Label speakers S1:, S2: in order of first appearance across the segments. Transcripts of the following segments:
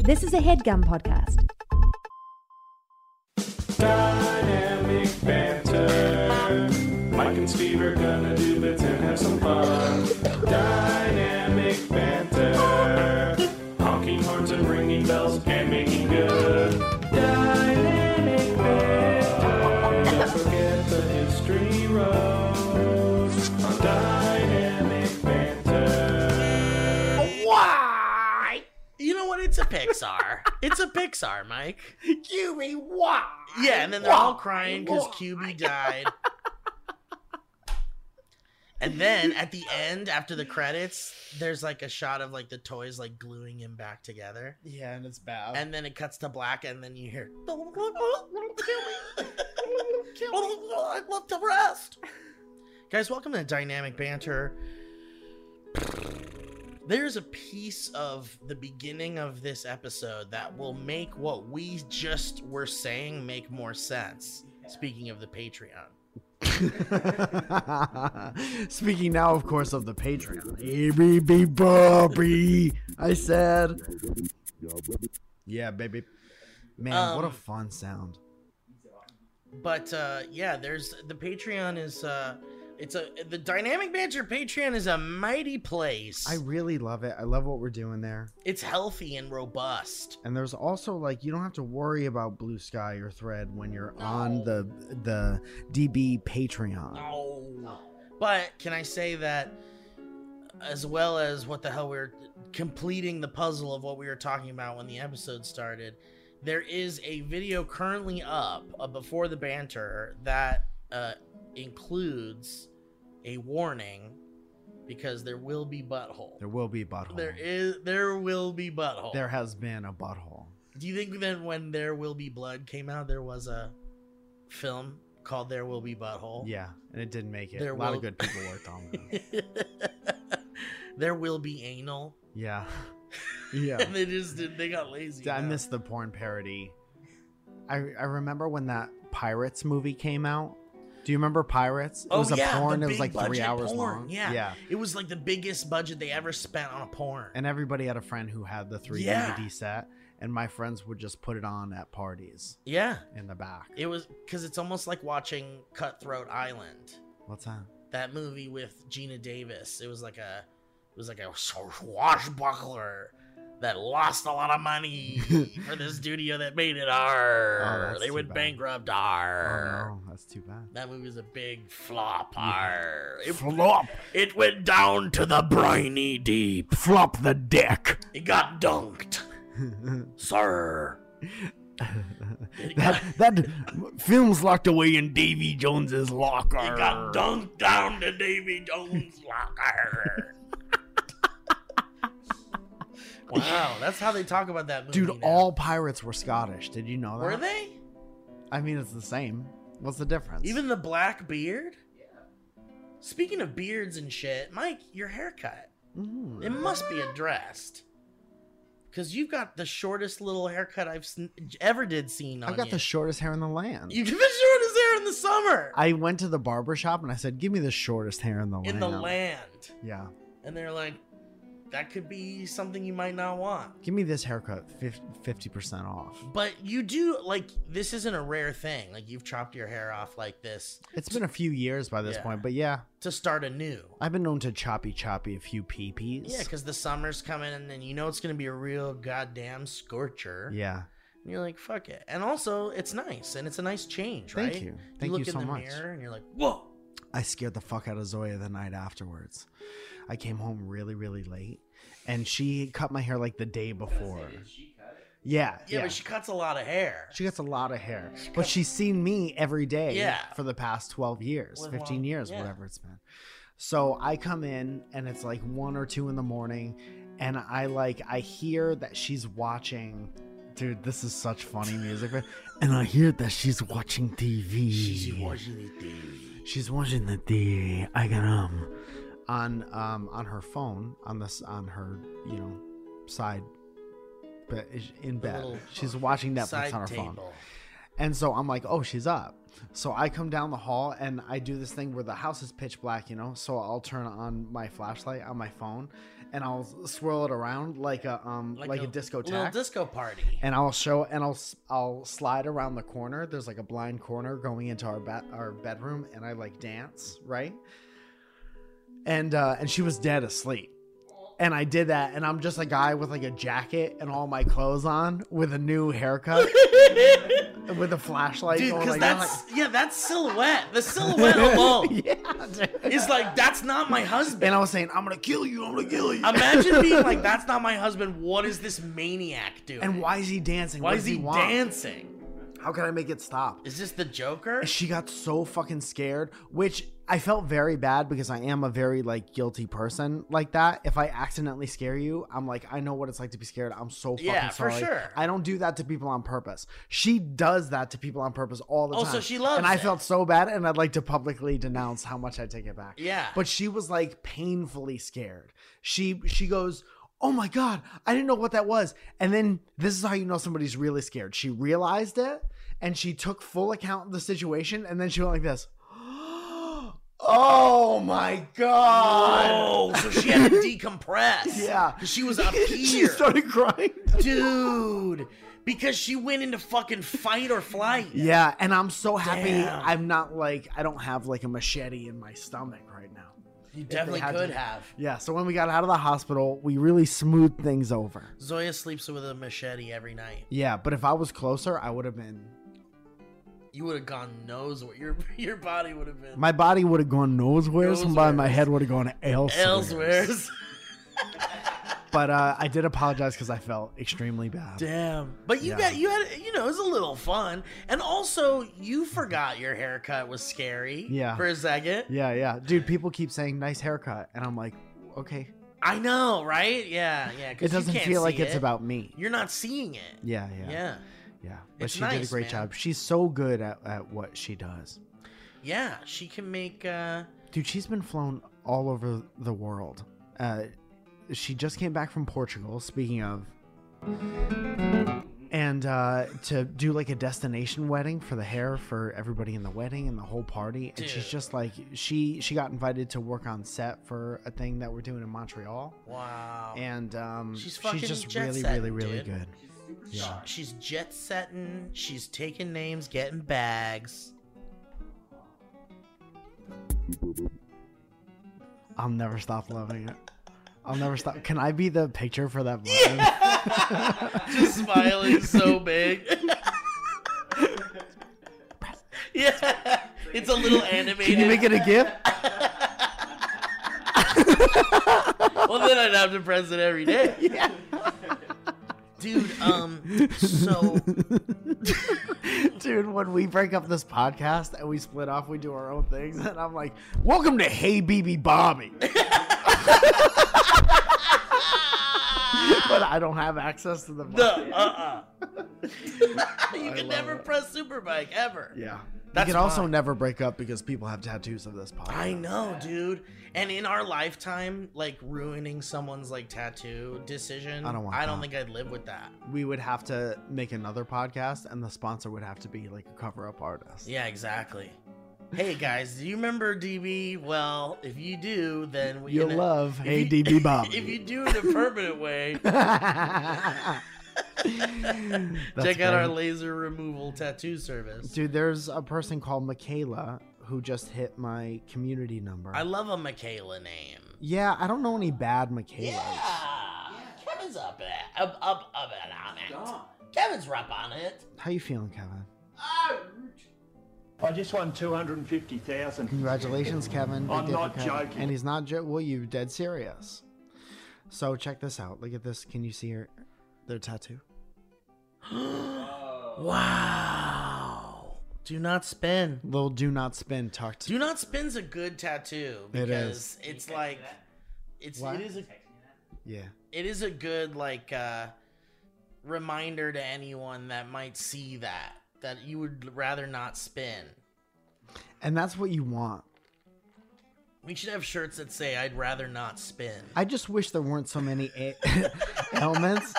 S1: This is a headgum podcast.
S2: Dynamic banter. Mike and Steve are gonna do bits and have some fun. Dynamic banter. Honking horns and ringing bells and making good. Dynamic banter. Don't forget the history rows on dynamic banter.
S3: Why? You know what? It's a Pixar. it's a Pixar, Mike.
S4: Cuby, why?
S3: Yeah, and then they're all crying because QB died. and then at the end, after the credits, there's like a shot of like the toys like gluing him back together.
S4: Yeah, and it's bad.
S3: And then it cuts to black, and then you hear. I'd love to rest. Guys, welcome to Dynamic Banter. There's a piece of the beginning of this episode that will make what we just were saying make more sense. Speaking of the Patreon.
S5: Speaking now, of course, of the Patreon. Hey, baby Bobby, I said. Yeah, baby. Man, what a
S3: Um,
S5: fun sound.
S3: But uh yeah, there's the Patreon is uh it's a the Dynamic Banter Patreon is a mighty place.
S5: I really love it. I love what we're doing there.
S3: it's healthy and robust.
S5: And there's also like you don't have to worry about blue sky or thread when you're on the the DB Patreon.
S3: No. But can I say that as well as what the hell we are completing the puzzle of what we were talking about when the episode started, there is a video currently up uh, before the banter that uh, includes a warning because there will be butthole.
S5: There will be a butthole.
S3: There is there will be butthole.
S5: There has been a butthole.
S3: Do you think that when There Will Be Blood came out there was a film called There Will Be Butthole?
S5: Yeah, and it didn't make it.
S3: There
S5: a lot
S3: will-
S5: of good people worked on that.
S3: there will be anal.
S5: Yeah. Yeah.
S3: And they just did, they got lazy.
S5: I
S3: now.
S5: miss the porn parody. I I remember when that Pirates movie came out. Do you remember Pirates? It
S3: Oh,
S5: was a
S3: yeah,
S5: porn.
S3: the
S5: It was like
S3: big
S5: three
S3: budget
S5: hours
S3: porn,
S5: long.
S3: yeah. it was like the biggest budget they ever spent on a porn.
S5: And everybody had a friend who had the three
S3: Yeah.
S5: DVD set, and my friends would just put it on at parties
S3: yeah,
S5: in the back.
S3: it was because it's almost like watching Cutthroat Island,
S5: What's that?
S3: that movie with Gina Davis. It was like a, it was like a swashbuckler that lost a lot of money for the studio that made it. R.
S5: Oh, that's
S3: they
S5: too
S3: went
S5: bad.
S3: bankrupt.
S5: Oh
S3: R.
S5: no, that's too bad.
S3: That movie was a big flop. R. It
S5: Flop,
S3: It went down to the briny deep.
S5: flop the dick.
S3: It got dunked, sir. It got,
S5: that that film's locked away in Davy Jones's locker.
S3: it got dunked down to Davy Jones' locker. wow, that's how they talk about that movie.
S5: Dude,
S3: now.
S5: all pirates were Scottish. Did you know that?
S3: were they?
S5: I mean, it's the same. What's the difference?
S3: Even the black beard. Speaking of beards and shit, Mike, your haircut.
S5: Mm.
S3: It must be addressed. Cause you've got the shortest little haircut I've sn- ever did seen on
S5: I've got
S3: you.
S5: the shortest hair in the land.
S3: You get the shortest hair in the summer.
S5: I went to the barber shop and I said, "Give me the shortest hair in the
S3: in
S5: land."
S3: the land.
S5: Yeah,
S3: And they're like, that could be something you might not want.
S5: give me this haircut, fifty percent off.
S3: But you do, like, this isn't a rare thing. Like, you've chopped your hair off like this
S5: It's been a few years by this
S3: Yeah.
S5: point, but yeah,
S3: to start anew.
S5: I've been known to choppy choppy a few peepees.
S3: Yeah, because the summer's coming and you know it's going to be a real goddamn scorcher.
S5: yeah.
S3: And you're like, fuck it. And also, it's nice and it's a nice change, right?
S5: Thank you, thank you,
S3: look in
S5: so
S3: the
S5: much.
S3: mirror and you're like, whoa.
S5: I scared the fuck out of Zoya the night afterwards. I came home really, really late, and she cut my hair like the day before. Yeah,
S3: Yeah,
S5: yeah.
S3: but she cuts a lot of hair.
S5: She gets a lot of hair, but she's seen me every day
S3: Yeah.
S5: for the past 12 years,
S3: Live
S5: 15
S3: long-
S5: years,
S3: yeah.
S5: whatever it's been. So I come in and it's like one or two in the morning, and I like, I hear that she's watching. Dude, this is such funny music. but- and I hear that she's watching TV.
S3: She's watching the TV.
S5: She's watching the TV. I got um on um on her phone on this on her you know side, but in bed.
S3: little
S5: She's watching Netflix
S3: Side
S5: on her phone
S3: table.
S5: And so I'm like, oh, she's up. So I come down the hall and I do this thing where the house is pitch black, you know. So I'll turn on my flashlight on my phone, and I'll swirl it around like a um like, a,
S3: little
S5: discotheque
S3: disco party.
S5: and I'll show and I'll s- I'll slide around the corner. There's like a blind corner going into our ba- our bedroom, and I like dance right. And uh, and she was dead asleep, and I did that, and I'm just a guy with like a jacket and all my clothes on, with a new haircut, with a flashlight.
S3: Dude,
S5: going
S3: because
S5: like that,
S3: that's yeah, that's silhouette. The silhouette alone
S5: like- yeah, dude.
S3: is like that's not my husband.
S5: And I was saying, I'm gonna kill you. I'm gonna kill you.
S3: Imagine being like, that's not my husband. What is this maniac doing?
S5: And why is he dancing?
S3: Why
S5: What
S3: is
S5: does
S3: he,
S5: want?
S3: dancing?
S5: How can I make it stop?
S3: Is this the Joker?
S5: she got so fucking scared which i felt very bad because i am a very like guilty person like that if i accidentally scare you i'm like i know what it's like to be scared i'm so fucking
S3: Yeah, for
S5: sorry
S3: sure.
S5: i don't do that to people on purpose she does that to people on purpose all the
S3: Oh,
S5: time
S3: so she loves
S5: and i
S3: it.
S5: felt so bad and i'd like to publicly denounce how much i take it back
S3: Yeah.
S5: but she was like painfully scared she she goes oh my god i didn't know what that was and then this is how you know somebody's really scared she realized it and she took full account of the situation and then she went like this oh my god
S3: Oh, so she had to decompress.
S5: Yeah.
S3: 'Cause she was up
S5: she
S3: here,
S5: started crying
S3: dude. Because she went into fucking fight or flight.
S5: yeah and i'm so happy
S3: Damn.
S5: i'm not like i don't have like a machete in my stomach right now
S3: you definitely
S5: had
S3: could
S5: to-
S3: have.
S5: yeah so when we got out of the hospital we really smoothed things over
S3: Zoya sleeps with a machete every night.
S5: yeah but if i was closer i would have been
S3: You would have gone knows what your your body would have been
S5: My body would have gone nosewares, and by my
S3: Nosewares.
S5: head would have gone elsewhere.
S3: elsewhere's.
S5: But uh, I did apologize because I felt extremely bad.
S3: Damn. But you
S5: Yeah.
S3: got you had you know, it was a little fun. And also you forgot your haircut was scary
S5: Yeah.
S3: for a second.
S5: Yeah, yeah, dude. People keep saying nice haircut, and I'm like, okay.
S3: I know, right? Yeah, yeah. 'cause
S5: It
S3: you
S5: doesn't
S3: can't
S5: feel like
S3: see
S5: it's
S3: it.
S5: about me.
S3: you're not seeing it.
S5: Yeah,
S3: Yeah.
S5: yeah, yeah.
S3: Yeah.
S5: But
S3: It's
S5: she did
S3: nice,
S5: a great
S3: man.
S5: job. She's so good at, at what she does,
S3: she can make uh
S5: dude. She's been flown all over the world. Uh, she just came back from Portugal. Speaking of. And uh, to do like a destination wedding for the hair for everybody in the wedding and the whole party, and she's
S3: Dude.
S5: just like she she got invited to work on set for a thing that we're doing in Montreal,
S3: wow.
S5: and um,
S3: She's
S5: she's,
S3: fucking
S5: just
S3: jet
S5: really
S3: setting,
S5: really really
S3: dude.
S5: good. Yeah.
S3: She's jet setting, she's taking names, getting bags.
S5: I'll never stop loving it. I'll never stop. Can I be the picture for that? Button?
S3: just smiling so big. yeah, it's a little animated.
S5: Can you make it a gift?
S3: Well, then I'd have to press it every day,
S5: Yeah.
S3: dude. Um, so
S5: Dude, when we break up this podcast and we split off, we do our own things, and I'm like, "Welcome to Hey BB Bobby," but I don't have access to the.
S3: the uh uh you
S5: I
S3: can
S5: love
S3: never
S5: it.
S3: press Superbike ever.
S5: Yeah.
S3: That's
S5: we can also
S3: fine.
S5: never break up because people have tattoos of this podcast.
S3: I know, dude. And in our lifetime, like ruining someone's like tattoo decision,
S5: I don't want
S3: I don't
S5: that.
S3: think I'd live with that.
S5: We would have to make another podcast, and the sponsor would have to be like a cover up artist.
S3: Yeah, exactly. Hey guys, do you remember DB? Well, if you do, then we
S5: You'll
S3: in a-
S5: love
S3: if
S5: Hey
S3: you-
S5: DB Bobby.
S3: If you do it in a permanent way, check out our laser removal tattoo service.
S5: Dude, there's a person called Michaela who just hit my community number.
S3: I love a Michaela name.
S5: yeah, I don't know any bad Michaelas.
S3: Kevin's up it, up up up it on it. Kevin's up on it.
S5: How you feeling, Kevin?
S2: I just won 250,000.
S5: Congratulations, Kevin. Big
S2: I'm
S5: day for
S2: not
S5: Kevin.
S2: joking.
S5: And he's not jo- well, you dead serious. So check this out. Look at this. Can you see her their tattoo?
S3: Wow. Do not spin.
S5: Little do not spin tucked.
S3: Do not spin's a good tattoo
S5: It
S3: because it's like it's
S5: What?
S3: it is a
S5: yeah.
S3: it is a good like uh reminder to anyone that might see that that you would rather not spin.
S5: And that's what you want.
S3: We should have shirts that say I'd rather not spin.
S5: I just wish there weren't so many a- ailments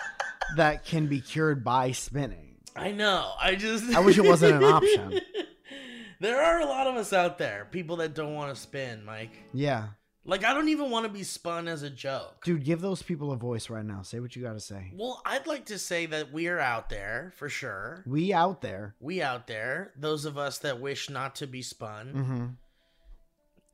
S5: that can be cured by spinning.
S3: I know. I just
S5: I wish it wasn't an option.
S3: There are a lot of us out there, people that don't want to spin, Mike.
S5: Yeah.
S3: Like I don't even want to be spun as a joke.
S5: Dude, give those people a voice right now. Say what you got to say.
S3: Well, I'd like to say that we are out there for sure.
S5: We out there.
S3: We out there, those of us that wish not to be spun.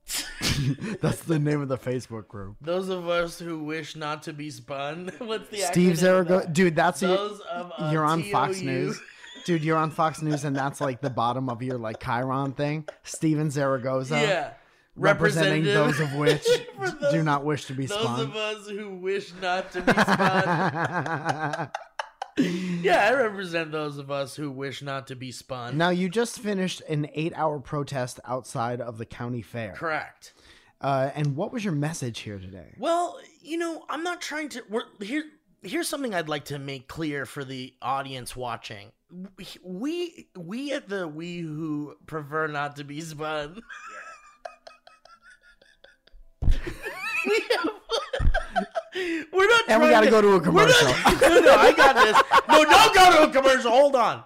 S5: Mm-hmm. That's the name of the Facebook group.
S3: Those of us who wish not to be spun. What's the
S5: Steve
S3: acronym of
S5: Zaragoza.
S3: that?
S5: Dude, that's it.
S3: Those of us
S5: You're on Fox
S3: TOU.
S5: News. Dude, you're on Fox News, and that's like the bottom of your like Chiron thing. Steven Zaragoza,
S3: yeah.
S5: representing
S3: Representative
S5: those of which
S3: for those-
S5: do not wish to be
S3: Those
S5: spun.
S3: of us who wish not to be spun. yeah, I represent those of us who wish not to be spun.
S5: now you just finished an eight-hour protest outside of the county fair.
S3: Correct.
S5: Uh, and what was your message here today?
S3: Well, you know, I'm not trying to. We're, here, here's something I'd like to make clear for the audience watching. We, we at the we who prefer not to be spun. we have, we're not.
S5: And we
S3: trying
S5: got to go to a
S3: We're
S5: commercial.
S3: not, no, no, I got this. No, don't go to a commercial. Hold on.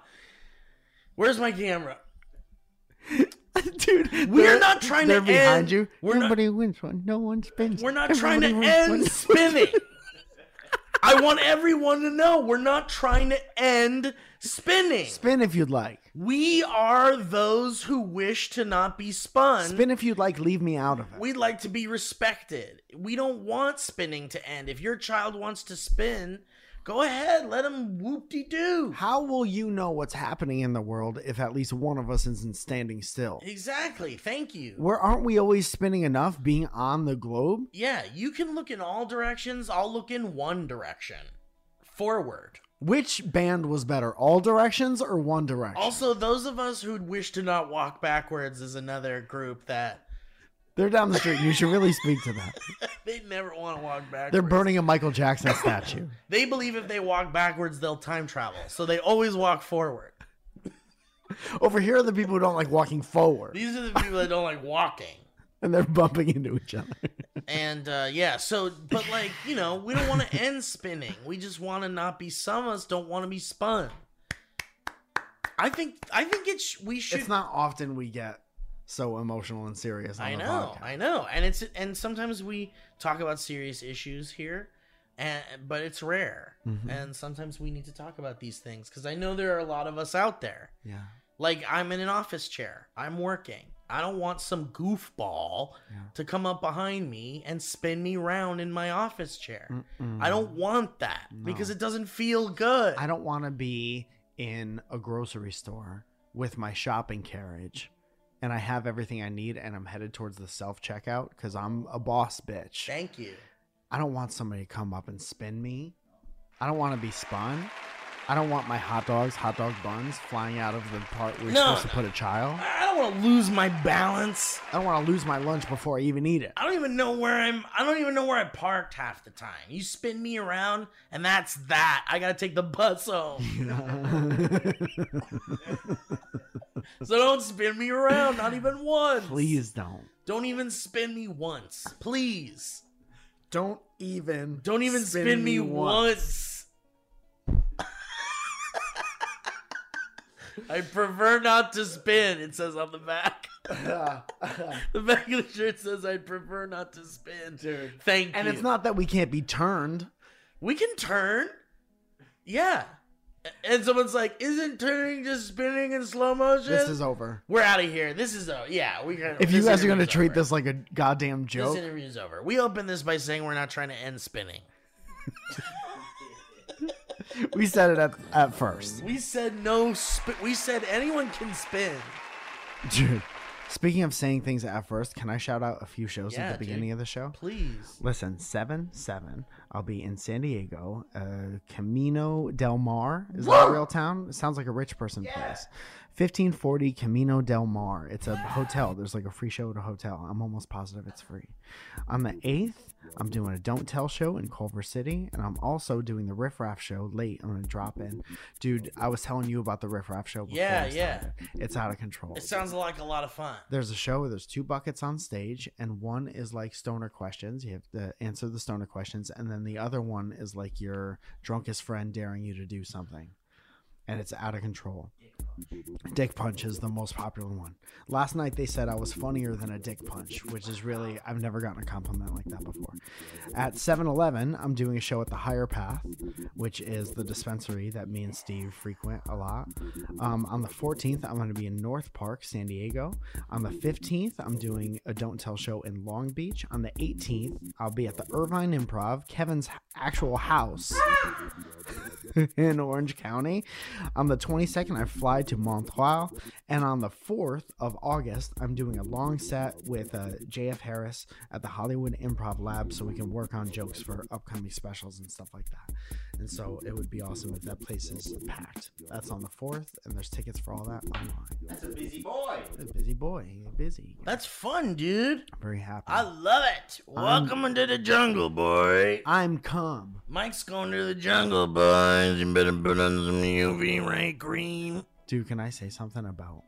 S3: Where's my camera?
S5: Dude,
S3: We're
S5: they're-
S3: not trying to
S5: they're behind
S3: end-
S5: you.
S3: we're not-
S5: Nobody wins one. No one spins.
S3: We're not trying to
S5: Everybody wins
S3: end
S5: one.
S3: spinning. I want everyone to know we're not trying to end spinning.
S5: Spin if you'd like.
S3: we are those who wish to not be spun.
S5: Spin if you'd like. Leave me out of it.
S3: We'd like to be respected. We don't want spinning to end. If your child wants to spin, go ahead. Let him whoop de doo.
S5: How will you know what's happening in the world if at least one of us isn't standing still?
S3: Exactly. Thank you.
S5: Where aren't we always spinning enough being on the globe?
S3: yeah, you can look in all directions. I'll look in one direction. Forward.
S5: Which band was better, All Directions or One Direction?
S3: Also, those of us who'd wish to not walk backwards is another group that
S5: They're down the street. You should really speak to them.
S3: they never want to walk backwards.
S5: They're burning a Michael Jackson statue.
S3: They believe if they walk backwards, they'll time travel. So they always walk forward.
S5: Over here are the people who don't like walking forward,
S3: These are the people that don't like walking.
S5: and they're bumping into each other.
S3: And uh, yeah, so, but like, you know, we don't want to end spinning. We just want to not be, some of us don't want to be spun. I think, I think it's, we should.
S5: It's not often we get so emotional and serious. On
S3: I
S5: the
S3: know,
S5: podcast.
S3: I know, and it's and sometimes we talk about serious issues here, and but it's rare,
S5: Mhm.
S3: and sometimes we need to talk about these things because I know there are a lot of us out there.
S5: Yeah.
S3: Like I'm in an office chair, I'm working. I don't want some goofball
S5: Yeah.
S3: to come up behind me and spin me round in my office chair.
S5: Mm-mm.
S3: I don't want that because
S5: No.
S3: it doesn't feel good.
S5: I don't want to be in a grocery store with my shopping carriage and I have everything I need and I'm headed towards the self checkout because I'm a boss bitch.
S3: Thank you.
S5: I don't want somebody to come up and spin me. I don't want to be spun. I don't want my hot dogs, hot dog buns flying out of the part where you're
S3: No,
S5: supposed to put a child.
S3: I I don't want to lose my balance.
S5: I don't want to lose my lunch before I even eat it.
S3: I don't even know where I'm. I don't even know where I parked half the time. You spin me around, and that's that. I gotta take the bus home. so don't spin me around, not even once.
S5: Please don't.
S3: Don't even spin me once. Please.
S5: Don't even.
S3: Don't even spin, me, once. I prefer not to spin, it says on the back. The back of the shirt says, I prefer not to spin.
S5: Dude.
S3: Thank
S5: And
S3: you.
S5: it's not that we can't be turned.
S3: we can turn. Yeah. And someone's like, isn't turning just spinning in slow motion?
S5: This is over.
S3: We're out of here. This is a yeah. We can,
S5: If you
S3: this
S5: guys are going to
S3: interview's
S5: treat
S3: over.
S5: this like a goddamn
S3: this
S5: joke,
S3: interview's over. We open this by saying we're not trying to end spinning.
S5: we said it at, at first.
S3: We said no. Sp- we said anyone can spin.
S5: Dude, speaking of saying things at first, can I shout out a few shows
S3: Yeah,
S5: at the beginning
S3: dude.
S5: of the show?
S3: Please.
S5: Listen, 7 7, I'll be in San Diego. Uh, Camino del Mar. Is that a real town? It sounds like a rich person place. 1540 Camino del Mar. It's a hotel. There's like a free show at a hotel. I'm almost positive it's free. On the 8th, I'm doing a Don't Tell show in Culver City, and I'm also doing the Riff Raff show late. I'm going to drop in. Dude, I was telling you about the Riff Raff show before.
S3: Yeah,
S5: we
S3: yeah.
S5: started. It's out of control.
S3: It sounds like a lot of fun.
S5: There's a show where there's two buckets on stage, and one is like stoner questions. You have to answer the stoner questions, and then the other one is like your drunkest friend daring you to do something. and it's out of control. Dick punch is the most popular one. Last night they said I was funnier than a dick punch, which is really I've never gotten a compliment like that before. At 7-Eleven, I'm doing a show at the Higher Path, which is the dispensary that me and Steve frequent a lot. Um, on the 14th, I'm going to be in North Park, San Diego. On the 15th, I'm doing a Don't Tell show in Long Beach. On the 18th, I'll be at the Irvine Improv, Kevin's h- actual house in Orange County. On the 22nd, I fly to Montreal. And on the 4th of August, I'm doing a long set with uh, JF Harris at the Hollywood Improv Lab so we can work on jokes for upcoming specials and stuff like that. And so it would be awesome if that place is packed. That's on the 4th, and there's tickets for all that online.
S4: That's a busy boy.
S5: A busy boy, you're busy.
S3: That's fun, dude.
S5: I'm very happy.
S3: I love it. Welcome into the jungle, boy.
S5: I'm calm.
S3: Mike's going to the jungle, boys. You better put on some UV ray cream.
S5: Dude, can I say something about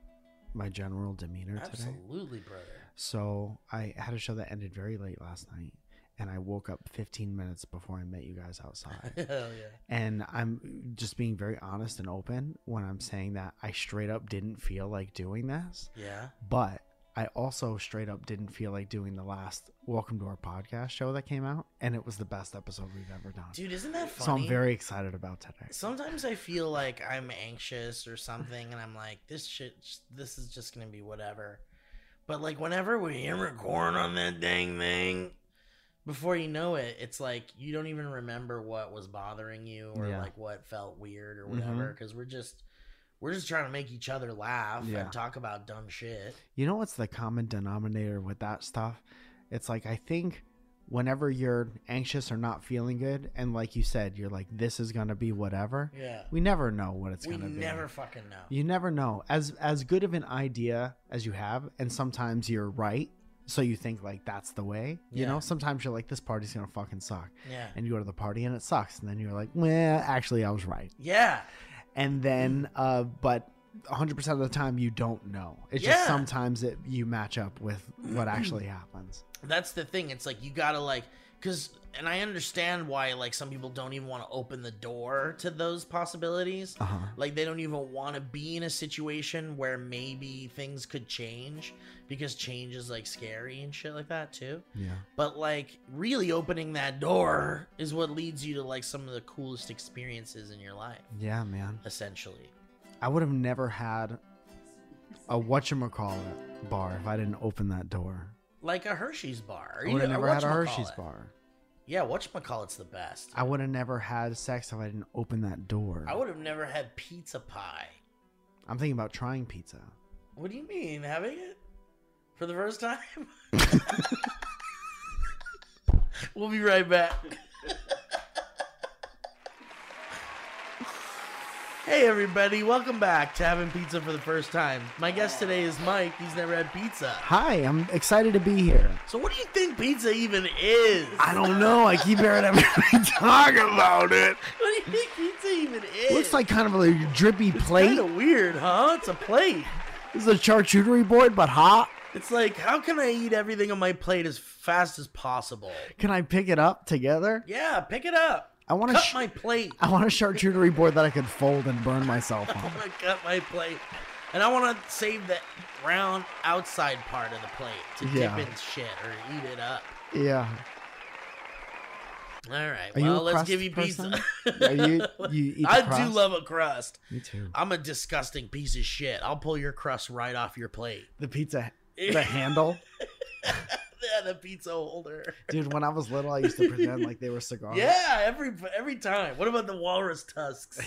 S5: my general demeanor today?
S3: Absolutely, brother.
S5: So I had a show that ended very late last night, and I woke up 15 minutes before I met you guys outside.
S3: Hell
S5: and I'm just being very honest and open when I'm saying that I straight up didn't feel like doing this,
S3: yeah. Yeah.
S5: but I also straight up didn't feel like doing the last Welcome to Our Podcast show that came out, and it was the best episode we've ever done.
S3: Dude, isn't that
S5: so
S3: funny?
S5: I'm very excited about today.
S3: Sometimes I feel like I'm anxious or something, and I'm like, this shit, this is just gonna be whatever. But like, whenever we hit record on that dang thing, before you know it, it's like you don't even remember what was bothering you or
S5: Yeah. Mm-hmm.
S3: like what felt weird or whatever, because we're just we're just trying to make each other laugh
S5: Yeah.
S3: and talk about dumb shit.
S5: You know what's the common denominator with that stuff? It's like I think whenever you're anxious or not feeling good, and like you said, you're like, this is gonna be whatever.
S3: Yeah,
S5: We never know what it's
S3: we
S5: gonna
S3: never fucking know.
S5: be. You never know. As as good of an idea as you have, and sometimes you're right. So you think like that's the way. You
S3: Yeah.
S5: know, sometimes you're like, this party's gonna fucking suck.
S3: yeah,
S5: And you go to the party and it sucks. And then you're like, well, actually I was right
S3: yeah,
S5: and then uh but 100% of the time you don't know it's
S3: Yeah.
S5: just sometimes it you match up with what actually happens
S3: that's the thing it's like you gotta like because and i understand why like some people don't even want to open the door to those possibilities
S5: uh-huh
S3: like they don't even want to be in a situation where maybe things could change because change is like scary and shit like that too
S5: yeah
S3: but like really opening that door is what leads you to like some of the coolest experiences in your life
S5: yeah man
S3: essentially
S5: i would have never had a whatchamacallit bar if i didn't open that door
S3: like a hershey's bar or
S5: i would have
S3: even-
S5: never had a
S3: whatchamacallit.
S5: hershey's bar
S3: yeah whatchamacallit's the best
S5: i would have never had sex if i didn't open that door
S3: i would have never had pizza pie
S5: i'm thinking about trying pizza
S3: What do you mean having it for the first time? we'll be right back. hey everybody, welcome back to having pizza for the first time. My guest today is Mike. He's never had pizza.
S5: hi i'm excited to be here
S3: So what do you think pizza even is?
S5: i don't know i keep hearing everybody talk about it
S3: What do you think pizza even is?
S5: looks like kind of a drippy plate
S3: kind of weird, huh? It's a plate.
S5: This is a charcuterie board, but hot.
S3: It's like how can I eat everything on my plate as fast as possible?
S5: Can I pick it up together?
S3: Yeah, pick it up.
S5: I want a
S3: cut
S5: sh-
S3: my plate.
S5: I want a charcuterie board that I could fold and burn myself
S3: I
S5: on.
S3: want to cut my plate, and I want to save the round outside part of the plate to
S5: Yeah.
S3: dip in shit or eat it up.
S5: Yeah.
S3: All right.
S5: Are you
S3: well,
S5: a
S3: let's
S5: crust
S3: give you
S5: person?
S3: pizza.
S5: Are you you eat the
S3: I do
S5: crust?
S3: love a crust.
S5: Me too.
S3: I'm a disgusting piece of shit. I'll pull your crust right off your plate.
S5: The pizza the
S3: yeah,
S5: handle.
S3: the pizza holder.
S5: Dude, when I was little I used to pretend like they were cigars.
S3: Yeah, every every time. What about the walrus tusks?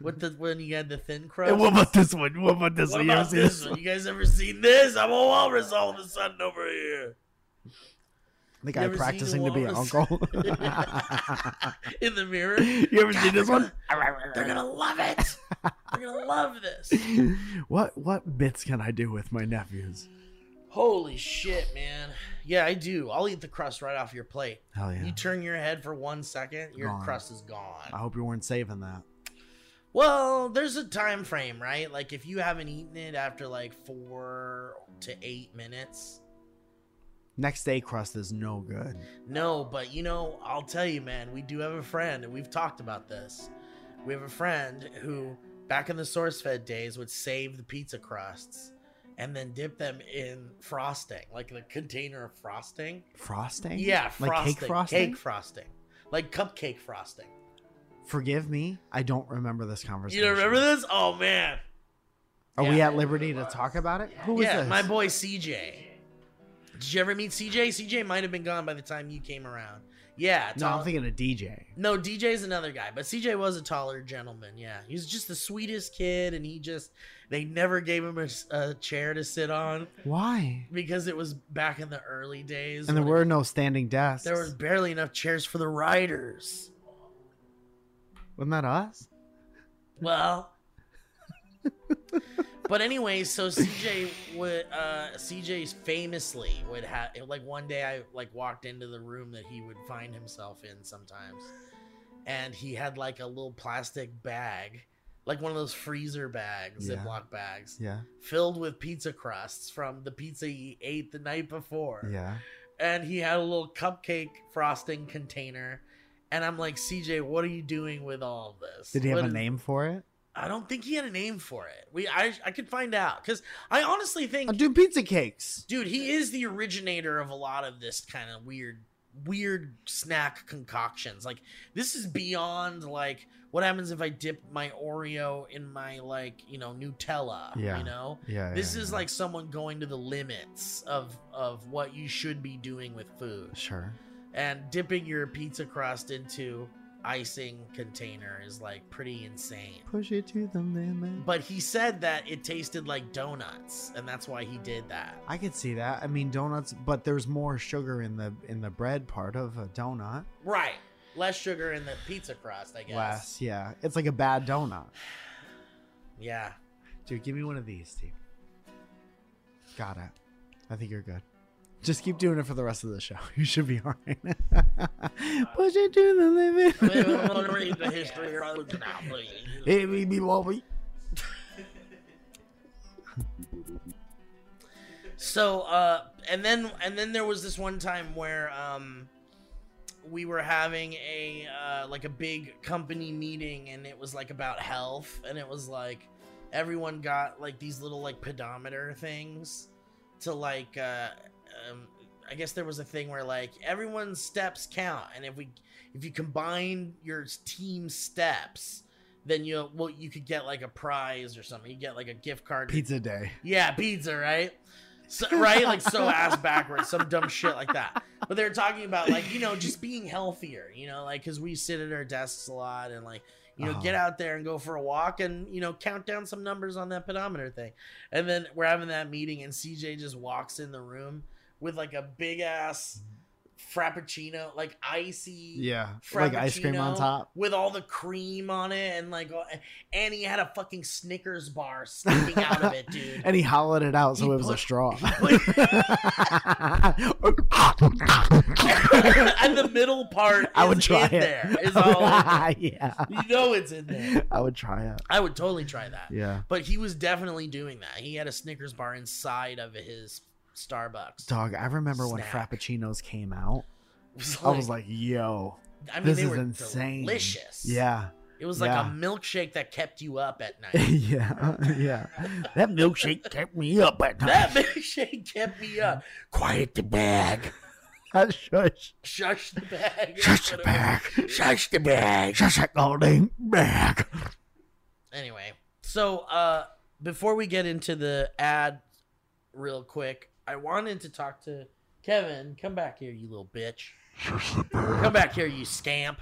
S3: With the when you had the thin crust.
S5: And what about this one? What about this
S3: What
S5: one? You ever
S3: about
S5: see
S3: this one? You guys ever seen this? I'm a walrus all of a sudden over here.
S5: The
S3: You
S5: guy
S3: ever seen the
S5: practicing to be an
S3: walrus?
S5: uncle.
S3: In the mirror.
S5: you ever seen
S3: God,
S5: this
S3: they're
S5: one?
S3: gonna- They're gonna love it. They're gonna love this.
S5: What what bits can I do with my nephews?
S3: Holy shit, man. Yeah, I do. I'll eat the crust right off your plate.
S5: Hell yeah.
S3: You turn your head for one second, your
S5: Gone. Uh.
S3: crust is gone.
S5: I hope you weren't saving that.
S3: Well, there's a time frame, right? Like if you haven't eaten it after like four to eight minutes.
S5: Next day crust is no good.
S3: No, but you know, I'll tell you, man, we do have a friend, and we've talked about this. We have a friend who back in the source fed days would save the pizza crusts and then dip them in frosting, like in a container of frosting.
S5: Frosting?
S3: Yeah,
S5: Like
S3: frosting.
S5: cake frosting?
S3: Cake frosting. Like cupcake frosting.
S5: Forgive me, I don't remember this conversation.
S3: You don't remember this? Oh man.
S5: Are we
S3: Yeah.
S5: at liberty to talk about it? Who is
S3: yeah,
S5: this?
S3: my boy CJ. Did you ever meet CJ? CJ might have been gone by the time you came around. Yeah,
S5: no,
S3: tall-
S5: I'm thinking of DJ.
S3: No, DJ's another guy, but CJ was a taller gentleman. Yeah, he was just the sweetest kid, and he just they never gave him a, s- a chair to sit on
S5: Why?
S3: because it was back in the early days.
S5: And there
S3: when
S5: were no standing desks.
S3: there was barely enough chairs for the riders.
S5: Wasn't that us?
S3: Well, but anyway, so CJ would uh, CJ famously would have like one day I like walked into the room that he would find himself in sometimes, and he had like a little plastic bag, like one of those freezer bags,
S5: Yeah.
S3: Ziploc bags,
S5: Yeah.
S3: filled with pizza crusts from the pizza he ate the night before
S5: Yeah.
S3: and he had a little cupcake frosting container. And I'm like, CJ, what are you doing with all of this?
S5: Did he have
S3: What
S5: a
S3: is-
S5: name for it?
S3: I don't think he had a name for it. We, I, I could find out because I honestly think,
S5: I do pizza cakes.
S3: dude, he is the originator of a lot of this kind of weird, weird snack concoctions. Like this is beyond like what happens if I dip my Oreo in my like you know Nutella.
S5: Yeah.
S3: You know.
S5: Yeah.
S3: This
S5: yeah,
S3: is
S5: yeah.
S3: like someone going to the limits of of what you should be doing with food
S5: Sure.
S3: and dipping your pizza crust into icing container is like pretty insane.
S5: Push it to the limit.
S3: But he said that it tasted like donuts, and that's why he did that.
S5: I could see that. I mean donuts, but there's more sugar in the in the bread part of a donut.
S3: Right. Less sugar in the pizza crust, I guess.
S5: Less, yeah. It's like a bad donut.
S3: Yeah.
S5: Dude, give me one of these, Steve. Got it. I think you're good. Just keep doing it for the rest of the show. You should be all right. Push it to the limit.
S3: I mean, I'm gonna read the history of food now, please.
S5: Hey, baby, Bobby.
S3: So, uh, and then and then there was this one time where um, we were having a uh, like a big company meeting, and it was like about health, and it was like everyone got like these little like pedometer things to like uh, um, I guess there was a thing where like everyone's steps count, and if we if you combine your team's steps. Then you well you could get like a prize or something. You get like a gift card. to
S5: Pizza day.
S3: yeah, pizza, right? So, right? Like so ass backwards, some dumb shit like that. But they're talking about like, you know, just being healthier, you know, like cuz we sit at our desks a lot and like, you know,
S5: Uh-huh.
S3: get out there and go for a walk and, you know, count down some numbers on that pedometer thing. And then we're having that meeting and CJ just walks in the room with like a big ass frappuccino, like icy
S5: Yeah. Like ice cream on
S3: Frappuccino
S5: top.
S3: with all the cream on it and like all- and he had a fucking Snickers bar sticking out of it, dude.
S5: And he hollowed it out so
S3: He
S5: it was a
S3: put-
S5: straw.
S3: put- and the middle part is
S5: I would try
S3: in
S5: it.
S3: there. Is all in there.
S5: yeah.
S3: You know it's in there.
S5: I would try it.
S3: I would totally try that.
S5: Yeah.
S3: But he was definitely doing that. He had a Snickers bar inside of his Starbucks.
S5: Dog, I remember
S3: Snack.
S5: when Frappuccinos came out.
S3: It was
S5: I was like, yo.
S3: I mean,
S5: this
S3: they
S5: is
S3: were
S5: insane.
S3: delicious.
S5: Yeah.
S3: It was like a
S5: yeah.
S3: milkshake that kept you up at night.
S5: yeah. Yeah. That milkshake kept me up at night.
S3: that milkshake kept me up. Quiet the bag.
S5: Shush.
S3: Shush the bag.
S5: Shush the bag.
S3: Shush the bag.
S5: Shush that goddamn bag.
S3: anyway so uh before we get into the ad real quick i wanted to talk to kevin come back here you little bitch come back here you scamp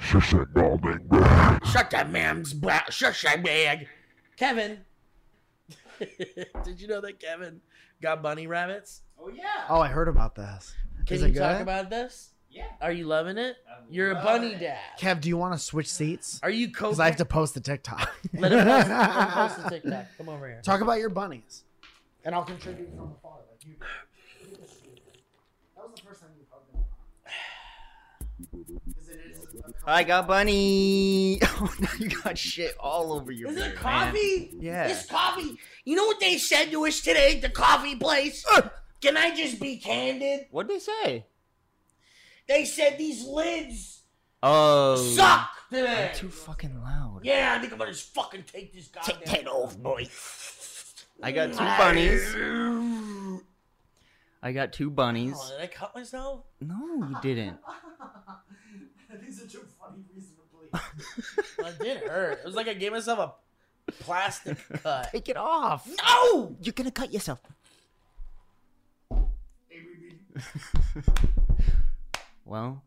S3: shut that man's bag shut that bag kevin did you know that kevin got bunny rabbits
S4: Oh yeah.
S5: Oh, I heard about this.
S3: can
S5: Is
S3: you
S5: it
S3: talk
S5: good?
S3: about this
S4: Yeah.
S3: are you loving it
S4: I
S3: you're a
S4: love
S3: bunny
S4: it.
S3: dad
S5: Kev, do you want to switch seats?
S3: are you co
S5: Because I have to post the TikTok.
S3: let him post, let him post the tiktok come over here
S5: Talk about your bunnies, and I'll contribute from afar like you did. That was the first time you hugged them. 'Cause it is a couple-
S4: I got bunny. Oh, now you got shit all over your.
S3: Is
S4: beard,
S3: it
S4: man.
S3: coffee?
S4: Yeah.
S3: This coffee. You know what they said to us today at the coffee place?
S4: Uh.
S3: Can I just be candid?
S4: What'd they say?
S3: They said these lids
S4: Oh.
S3: suck. today.
S4: You're too fucking loud.
S3: Yeah, I think I'm gonna just fucking take this goddamn.
S4: off, boy. I got two bunnies.
S3: bunnies.
S4: I got two bunnies.
S3: Oh, did I cut myself?
S4: No, you didn't.
S5: These are too funny reason to believe.
S3: Well, it did hurt. It was like I gave myself a plastic cut. Oh!
S4: Take it off.
S3: No!
S4: You're gonna cut yourself. well,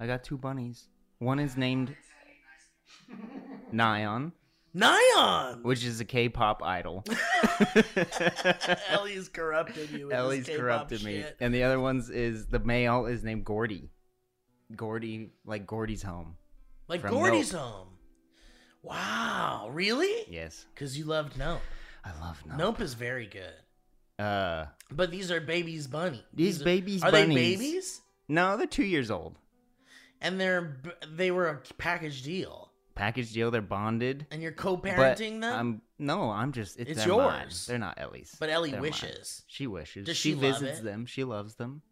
S4: I got two bunnies. One is named Nyan,
S3: Nyan!
S4: which is a K-pop idol.
S3: Ellie's corrupted you. with this
S4: Ellie's
S3: K-pop
S4: corrupted me,
S3: shit.
S4: and the other one's is the male is named Gordy. Gordy, like Gordy's home.
S3: Like
S4: From
S3: Gordy's home. Wow, really?
S4: Yes,
S3: Because you loved Nope.
S4: I love Nope.
S3: Nope is very good.
S4: Uh,
S3: But these are babies bunny.
S4: these babies.
S3: are
S4: bunnies.
S3: they babies?
S4: No, they're two years old.
S3: And they're b- they were a package deal.
S4: Package deal. They're bonded.
S3: And you're
S4: But
S3: co-parenting them.
S4: I'm no, I'm just it's,
S3: It's
S4: they're mine.
S3: yours.
S4: They're not Ellie's.
S3: but Ellie
S4: they're mine.
S3: wishes.
S4: She wishes.
S3: Does
S4: she,
S3: she love
S4: visits
S3: it?
S4: them. She loves them.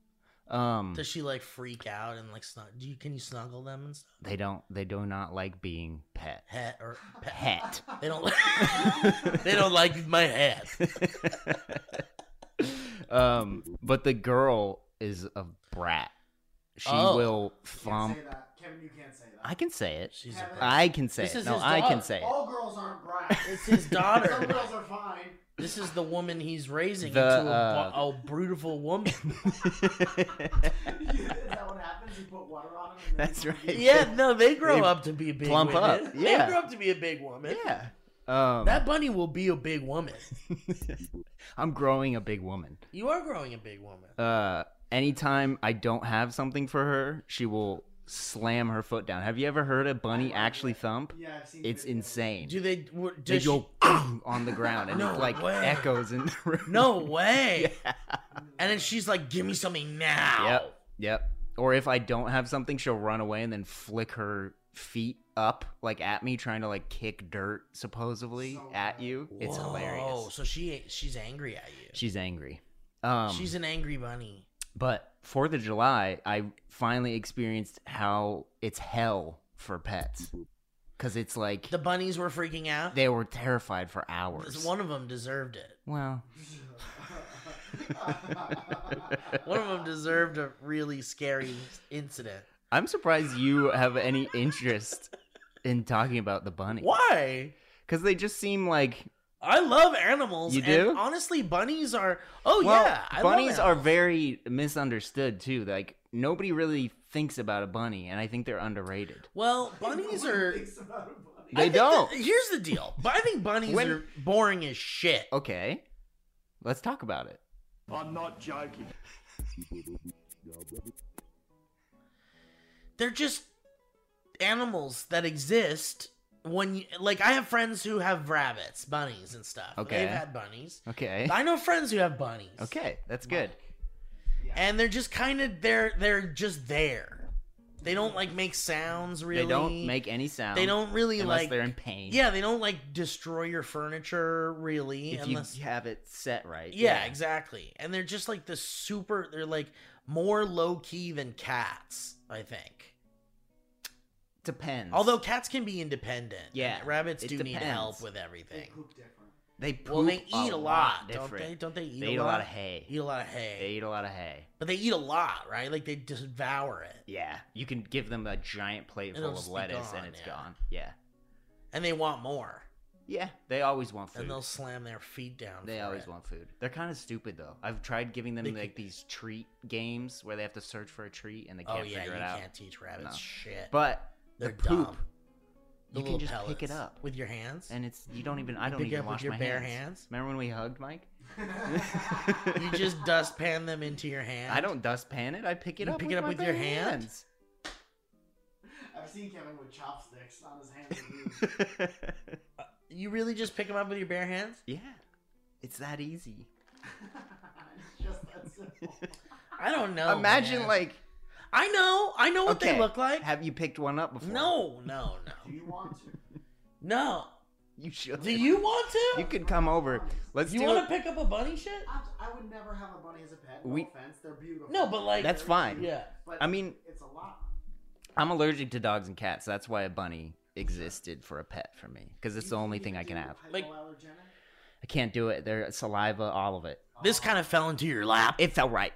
S4: Um,
S3: Does she like freak out and like snuggle? Do you can you snuggle them and stuff?
S4: they don't. They do not like being pet.
S3: Hat or pet?
S4: Pet.
S3: They don't. they don't like my hat.
S4: um, but the girl is a brat. She
S3: Oh.
S4: will
S5: Can't
S4: thump.
S5: say that. Kevin, you can't say that.
S4: I can say it.
S3: She's a brat.
S4: I can say
S3: This
S4: it.
S3: is
S4: No,
S3: his
S4: I
S3: daughter.
S4: can say it.
S5: All girls aren't brats.
S3: It's his
S5: Some
S3: daughter.
S5: girls are fine.
S3: this is the woman he's raising
S4: The, uh,
S3: into a, bu- a beautiful woman.
S5: Is that what happens? You put water on them. and then
S4: That's
S5: you-
S4: right.
S3: yeah, no, they grow
S4: They
S3: up to be a big
S4: plump up,
S3: woman.
S4: yeah.
S3: They grow up to be a big woman.
S4: Yeah. Um,
S3: That bunny will be a big woman.
S4: I'm growing a big woman.
S3: You are growing a big woman.
S4: Uh, anytime I don't have something for her, she will slam her foot down. Have you ever heard a bunny actually thump?
S5: Yeah, I've seen.
S4: It's
S5: videos.
S4: insane.
S3: Do they? w-
S4: They
S3: Does she,
S4: go on the ground and
S3: No
S4: it like
S3: way.
S4: echoes in the room.
S3: no way.
S4: Yeah.
S3: And then she's like, "Give me something now."
S4: Yep. Yep. Or if I don't have something, she'll run away and then flick her feet up like at me, trying to like kick dirt supposedly
S5: So
S4: at
S5: bad.
S4: you. It's
S3: Oh,
S4: hilarious.
S3: so she she's angry at you.
S4: She's angry. Um,
S3: she's an angry bunny.
S4: But Fourth of July, I finally experienced how it's hell for pets, because it's like
S3: Mm-hmm. The bunnies were freaking out.
S4: they were terrified for hours.
S3: One of them deserved it.
S4: well,
S3: One of them deserved a really scary incident.
S4: I'm surprised you have any interest in talking about the bunny,
S3: Why?
S4: because they just seem like
S3: I love animals.
S4: You
S3: and
S4: do?
S3: honestly, bunnies are. Oh
S4: well,
S3: yeah, I love
S4: bunnies are
S3: animals.
S4: very misunderstood too. Like nobody really thinks about a bunny, and I think they're underrated.
S3: Well, bunnies are.
S5: Thinks about a bunny.
S3: I
S4: They
S3: think that-
S4: don't.
S3: here's the deal. But I think bunnies
S4: When-
S3: are boring as shit.
S4: Okay, let's talk about it.
S2: I'm not joking.
S3: They're just animals that exist. When you like, I have friends who have rabbits, bunnies, and stuff.
S4: Okay.
S3: they've had bunnies.
S4: Okay,
S3: I know friends who have bunnies.
S4: okay, that's good.
S3: and they're just kind of they're they're just there. They don't like make sounds really.
S4: They don't make any sound.
S3: They don't really
S4: unless
S3: like.
S4: they're in pain.
S3: yeah, they don't like destroy your furniture really.
S4: if
S3: unless,
S4: you have it set right.
S3: yeah, exactly. And they're just like the super. They're like more low key than cats. I think.
S4: Depends.
S3: Although cats can be independent. and
S4: Yeah,
S3: rabbits
S4: it
S3: do need
S4: depends.
S3: help with
S5: They
S3: everything.
S5: poop different.
S4: they poop
S3: Well, they eat a lot, don't
S4: different.
S3: they? Don't they eat
S4: They
S3: a
S4: eat
S3: lot?
S4: of hay.
S3: Eat a lot of hay.
S4: They eat a lot of hay.
S3: but they eat a lot, right? Like they devour it.
S4: Yeah, you can give them a giant plate
S3: It'll
S4: full
S3: just
S4: of
S3: be
S4: lettuce
S3: gone,
S4: and it's
S3: yeah.
S4: gone. Yeah,
S3: and they want more,
S4: yeah. They always want food.
S3: and they'll slam their feet down.
S4: They
S3: for
S4: always
S3: it.
S4: want food. They're kind of stupid though. I've tried giving them
S3: They
S4: like
S3: could-
S4: these treat games where they have to search for a treat and they
S3: Oh
S4: can't
S3: yeah, you
S4: figure it out.
S3: can't teach rabbits
S4: No.
S3: shit.
S4: But
S3: They're
S4: the poop,
S3: dumb.
S4: you can
S3: little
S4: just pick it
S3: pellets.
S4: up,
S3: with your hands.
S4: and it's you don't even. I don't
S3: pick it
S4: even
S3: up
S4: wash
S3: with your
S4: my
S3: bare
S4: hands.
S3: hands.
S4: Remember when we hugged, Mike?
S3: You just dustpan them into your hand.
S4: I don't dustpan it. I pick it
S3: You
S4: up.
S3: pick
S4: with
S3: it up
S4: my
S3: with your
S4: bare
S3: hand?
S4: hands.
S5: I've seen Kevin with chopsticks on his hands. and knees.
S3: You really just pick them up with your bare hands?
S4: yeah, it's that easy.
S5: It's just that simple.
S3: I don't know.
S4: Imagine
S3: Oh, man.
S4: like,
S3: I know, I know what
S4: Okay.
S3: they look like.
S4: have you picked one up before?
S3: No, no,
S5: Do
S3: no,
S5: you want to?
S3: no.
S4: you should.
S3: Do you want to?
S4: You could come over. Let's
S3: you
S4: do
S3: want
S4: it.
S3: to pick up a bunny shit?
S5: I, I would never have a bunny as a pet. No
S4: We-
S5: offense, they're beautiful.
S3: No, but like
S4: That's fine.
S3: Yeah,
S5: But
S4: I mean,
S5: it's a lot.
S4: I'm allergic to dogs and cats. That's why a bunny existed for a pet for me because it's the only thing I can have.
S3: Like-
S4: I can't do it. Their saliva, all of it.
S3: This kind of fell into your lap.
S4: It felt right.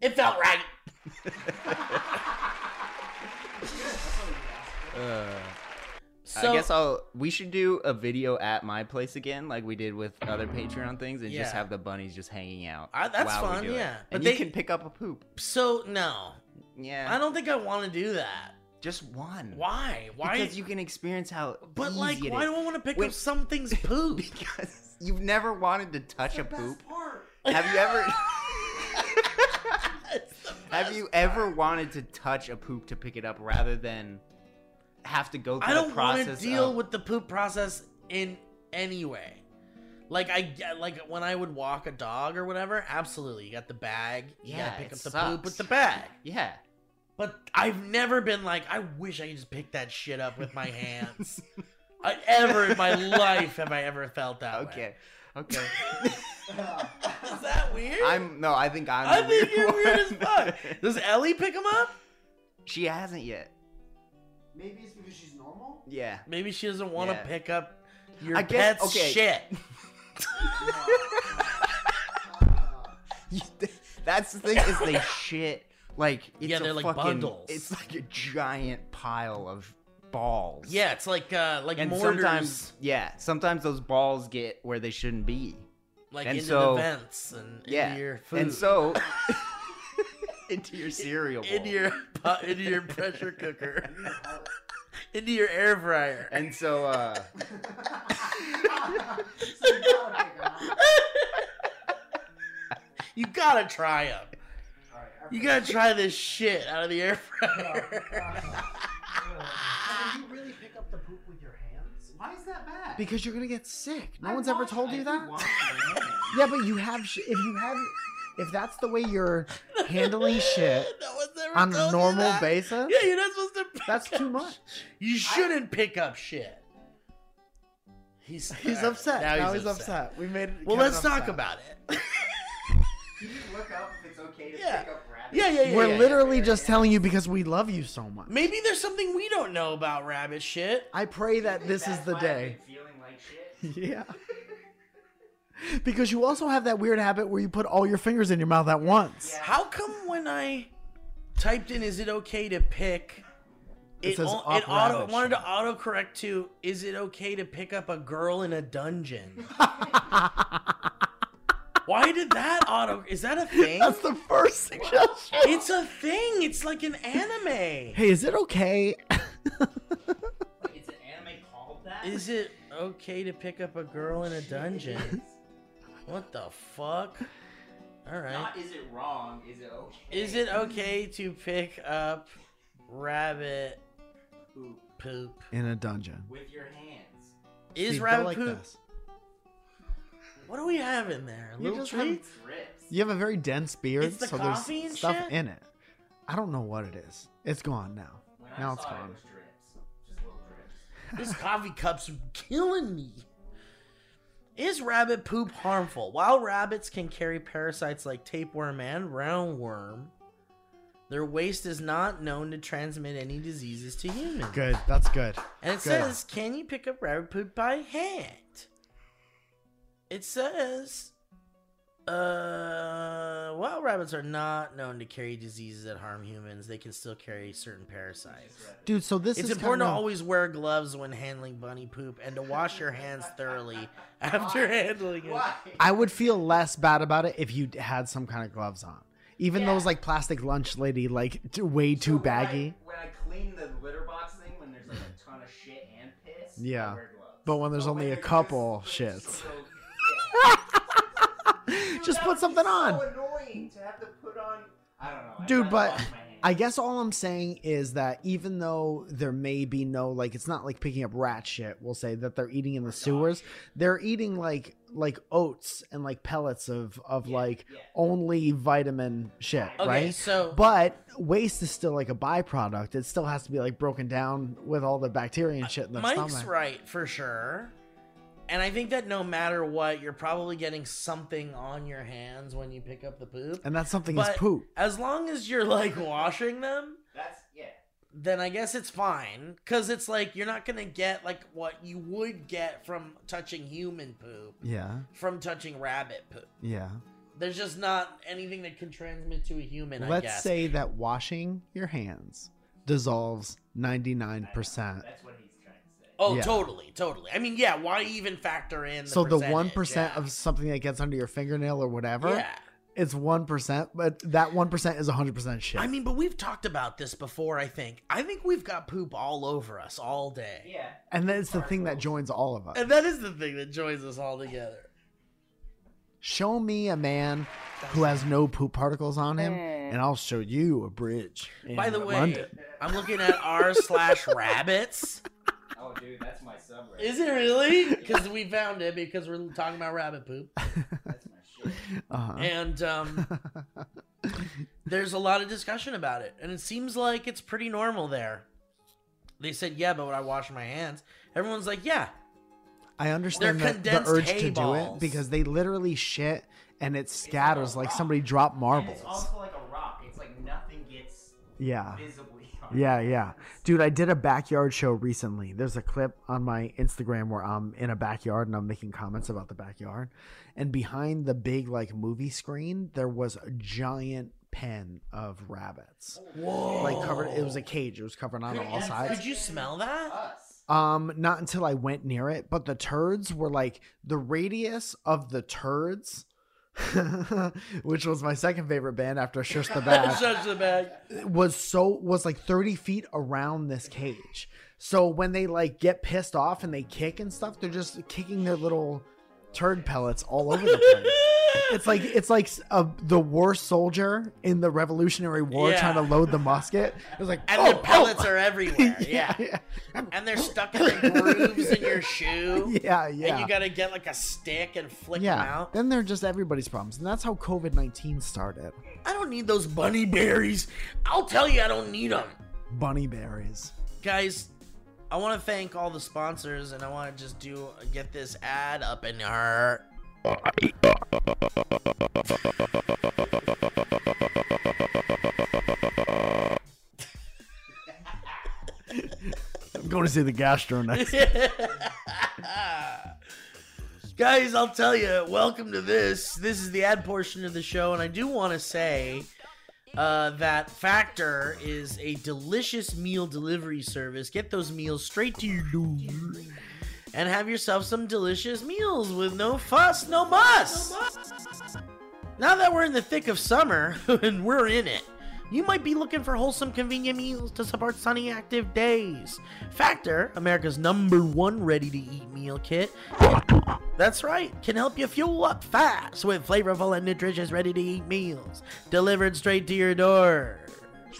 S3: It felt right. So
S4: Uh, I guess I'll. We should do a video at my place again, like we did with other Patreon things, and just
S3: Yeah.
S4: have the bunnies just hanging out.
S3: I- that's
S4: while we
S3: fun,
S4: do it.
S3: yeah. But
S4: and
S3: they-
S4: you can pick up a poop.
S3: so no,
S4: Yeah,
S3: I don't think I want to do that.
S4: just one.
S3: Why? Why?
S4: Because you can experience how.
S3: but like,
S4: easy it
S3: why
S4: is.
S3: do I want to pick
S4: When-
S3: up something's poop?
S4: Because you've never wanted to touch a poop. Have you ever? have you ever wanted to touch a poop to pick it up rather than have to go through
S3: I
S4: the
S3: don't want
S4: process?
S3: to deal
S4: of,
S3: with the poop process in any way. Like I get- like when I would walk a dog or whatever. Absolutely, you got the bag. You
S4: Yeah,
S3: gotta pick
S4: it
S3: up the poop
S4: sucks.
S3: with the bag.
S4: Yeah.
S3: But I've never been like, I wish I could just pick that shit up with my hands. I, ever in my life have I ever felt that way.
S4: Okay. Okay.
S3: Is that weird?
S4: I'm no. I think I'm.
S3: I
S4: the
S3: think you're weird as
S4: one.
S3: fuck. Does Ellie pick him up?
S4: she hasn't yet.
S5: Maybe it's because she's normal.
S4: Yeah.
S3: Maybe she doesn't want to
S4: Yeah.
S3: pick up your
S4: I guess-
S3: pet's
S4: okay.
S3: shit.
S4: That's the thing is they shit like it's
S3: Yeah,
S4: a
S3: they're like
S4: fucking,
S3: bundles.
S4: It's like a giant pile of balls.
S3: Yeah, it's like uh like
S4: And
S3: mortars
S4: sometimes yeah, sometimes those balls get where they shouldn't be.
S3: like
S4: and
S3: into
S4: so-
S3: the vents and
S4: yeah.
S3: into your food.
S4: And so into your cereal bowl.
S3: into your pot, into your pressure cooker. into your air fryer.
S4: and so uh
S3: you gotta try them. You gotta try this shit out of the air fryer.
S5: you really pick up the poop with your hands? Why is that bad? Because you're gonna get sick. No one's ever told you that. yeah, but you have. Sh- if you have, if that's the way you're handling shit
S3: no one's ever
S5: on
S3: told
S5: a
S3: you
S5: normal
S3: that.
S5: basis,
S3: Yeah, you're not supposed to. Pick
S5: that's
S3: up
S5: too much.
S3: You shouldn't pick up shit. He's
S5: He's
S3: all right,
S5: upset. Now, he's upset. We made. it-
S3: Well,
S5: Kevin
S3: let's talk about
S5: upset.
S3: it.
S4: look up if it's okay
S3: to Yeah. pick
S4: up rabbits.
S3: yeah, yeah, yeah.
S5: We're
S3: yeah,
S5: literally
S4: yeah,
S5: just
S4: yeah.
S5: telling you because we love you so much.
S3: yeah. Maybe there's something we don't know about rabbit shit.
S5: I pray that this is the day.
S4: Feeling like shit.
S5: Yeah. because you also have that weird habit where you put all your fingers in your mouth at once.
S3: How come when I typed in "Is it okay to pick,"
S5: It
S3: it,
S5: says
S3: o-
S5: up
S3: it auto
S5: rabbit
S3: wanted to autocorrect to "Is it okay to pick up a girl in a dungeon?" Why did that auto? Is that a thing?
S5: That's the first suggestion.
S3: It's a thing. It's like an anime.
S5: Hey, is it okay?
S4: It's an anime called that.
S3: Is it okay to pick up a girl in a dungeon? What the fuck? All right.
S4: is it wrong? Is it okay?
S3: Is it okay to pick up rabbit poop?
S5: In a dungeon.
S4: with your hands?
S3: Is
S5: See, go
S3: rabbit
S5: like
S3: poop?
S5: this.
S3: What do we have in there?
S5: You
S3: Little
S5: just have-
S3: treats?
S4: Rips.
S5: You have a very dense beard,
S3: It's the
S5: so there's
S3: coffee and
S5: stuff
S3: shit?
S5: in it. I don't know what it is. It's gone now.
S4: When
S5: Now it's gone.
S4: drips. Just little drips.
S3: This coffee cup's killing me. Is rabbit poop harmful? While rabbits can carry parasites like tapeworm and roundworm, their waste is not known to transmit any diseases to humans.
S5: Good. That's good.
S3: And it
S5: Good.
S3: says, can you pick up rabbit poop by hand? It says, uh, while rabbits are not known to carry diseases that harm humans, they can still carry certain parasites.
S5: Dude, so this
S3: it's
S5: is
S3: important to
S5: kinda-
S3: always wear gloves when handling bunny poop and to wash your hands thoroughly after handling it.
S5: I would feel less bad about it if you d- had some kind of gloves on. Even those like plastic lunch lady, like t- way too baggy.
S4: When I, clean the litter box thing, when there's like a ton of shit and piss.
S5: I Yeah. wear But when there's only a couple shits, just put something on.
S4: annoying to have to put on. I don't know. I
S5: Dude,
S4: kinda
S5: but
S4: lost my hand.
S5: I guess all I'm saying is that even though there may be no like it's not like picking up rat shit, we'll say that they're eating
S3: Oh
S5: in the sewers, they're eating like like oats and like pellets of of like only vitamin shit,
S3: Okay,
S5: right?
S3: so
S5: But waste is still like a byproduct. It still
S3: Uh,
S5: has to be like broken down with all the bacteria and shit in the
S3: Mike's
S5: stomach.
S3: right for sure. And I think that no matter what, you're probably getting something on your hands when you pick up the poop.
S5: and that something is
S3: But-
S5: poop.
S3: As long as you're like washing them,
S4: That's yeah.
S3: then I guess it's fine because it's like you're not gonna get like what you would get from touching human poop
S5: Yeah,
S3: from touching rabbit poop.
S5: yeah.
S3: There's just not anything that can transmit to a human. I
S5: Let's
S3: guess.
S5: say that washing your hands dissolves ninety nine percent.
S4: That's what he's trying to say.
S3: Oh,
S5: yeah.
S3: totally, totally. I mean, yeah. Why even factor in? The
S5: So the
S3: percentage?
S5: one percent
S3: Yeah.
S5: of something that gets under your fingernail or whatever,
S3: yeah.
S5: it's one percent, but that one percent is hundred percent shit.
S3: I mean, but we've talked about this before. I think. I think we've got poop all over us all day.
S4: Yeah.
S5: and then it's the thing that joins all of us.
S3: And that is the thing that joins us all together.
S5: Show me a man who has no poop particles on him, and I'll show you a bridge.
S3: Eh. By
S5: in
S3: the way,
S5: London.
S3: I'm looking at r slash rabbits.
S4: Oh, dude, that's my subreddit.
S3: Is it really? Because we found it because we're talking about rabbit poop,
S4: That's my shit.
S5: uh-huh.
S3: and um, there's a lot of discussion about it, and it seems like it's pretty normal there. They said, "Yeah, but when I wash my hands, everyone's like, yeah,
S5: I understand
S3: they're
S5: the, the
S3: condensed
S5: urge
S3: hay
S5: to do it
S3: balls.
S5: because they literally shit and it scatters like somebody dropped
S4: And
S5: marbles.
S4: it's also like a rock. It's like nothing gets
S5: yeah.
S4: visibly. On it.
S5: Yeah, yeah. Dude, I did a backyard show recently. There's a clip on my Instagram where I'm in a backyard and I'm making comments about the backyard. And behind the big like movie screen, there was a giant pen of rabbits.
S3: whoa,
S5: Like covered it was a cage. It was covered on
S4: Dude,
S5: all
S4: that's
S5: sides.
S3: Did you smell that?
S4: Us.
S5: Um not until I went near it, but the turds were like the radius of the turds which was my second favorite band after Shush the Bash
S3: Such a bad.
S5: was so was like 30 feet around this cage so when they like get pissed off and they kick and stuff they're just kicking their little turd pellets all over the place it's like it's like s- uh, the worst soldier in the revolutionary war
S3: Yeah.
S5: trying to load the musket it's like
S3: and
S5: oh,
S3: the pellets
S5: oh.
S3: are everywhere. yeah.
S5: yeah
S3: and they're stuck in the grooves in your shoe.
S5: yeah yeah
S3: And you gotta get like a stick and flick them
S5: yeah
S3: out.
S5: then they're just everybody's problems and that's how covid-19 started
S3: I don't need those bunny berries. I'll tell you, I don't need them.
S5: bunny berries
S3: Guys, I wanna thank all the sponsors and I wanna just do get this ad up in her.
S5: i'm going to see the gastro next
S3: Guys, I'll tell you, welcome to this. This is the ad portion of the show, and I do want to say uh, that Factor is a delicious meal delivery service. Get those meals straight to your door and have yourself some delicious meals with no fuss, no muss. Now that we're in the thick of summer, and we're in it, you might be looking for wholesome, convenient meals to support sunny, active days. Factor, America's number one ready to eat meal kit, that's right, can help you fuel up fast with flavorful and nutritious ready to eat meals delivered straight to your door.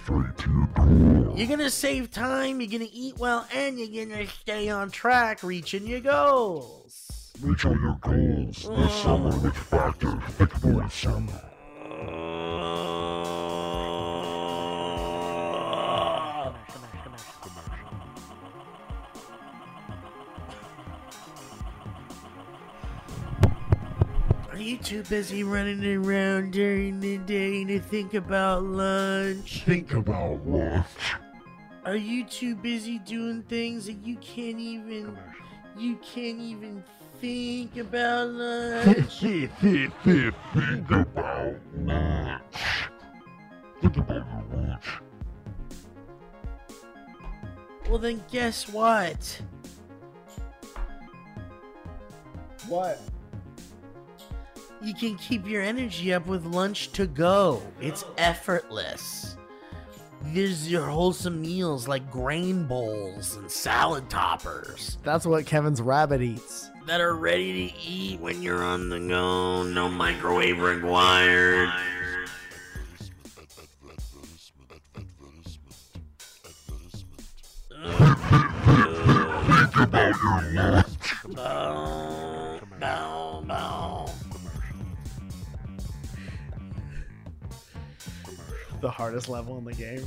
S3: You're gonna save time, you're gonna eat well, and you're gonna stay on track reaching your goals.
S1: Reach all your goals this summer with Factor. Big Boy Summer.
S3: Are you too busy running around during the day to think about lunch?
S1: Think about lunch.
S3: Are you too busy doing things that you can't even you can't even think about lunch?
S1: Think about lunch. Think about your lunch.
S3: well then guess what?
S5: what
S3: You can keep your energy up with lunch to go. It's effortless. There's your wholesome meals like grain bowls and salad toppers
S5: that's what kevin's rabbit eats
S3: that are ready to eat when you're on the go. No microwave required. Bow, bow, bow.
S5: the hardest level in the game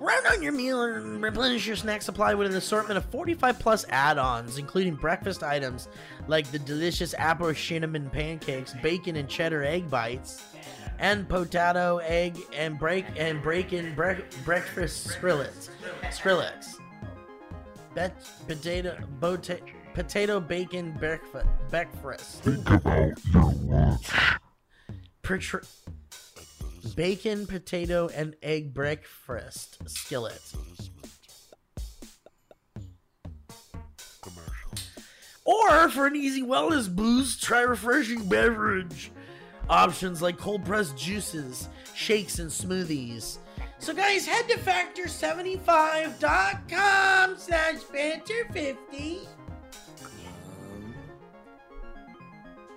S3: Round on your meal and replenish your snack supply with an assortment of 45 plus add ons, including breakfast items like the delicious apple cinnamon pancakes, bacon and cheddar egg bites, and potato, egg, and break and bacon bre- breakfast skrillets. Skrillex. Bet- potato, bota- potato bacon breakfast. breakfast.
S1: Think about your lunch.
S3: Pertr- bacon, potato, and egg breakfast skillet. Or for an easy wellness boost, try refreshing beverage options like cold pressed juices, shakes, and smoothies. So guys, head to factor75.com slash banter50.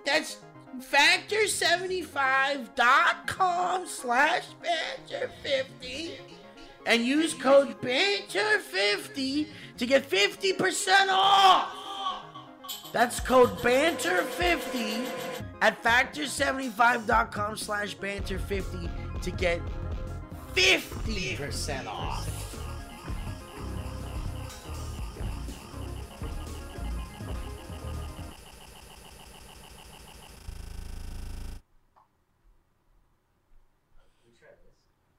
S3: That's factor75.com slash banter50 and use code banter50 to get 50% off. That's code banter50 at factor75.com slash banter50 to get 50% off.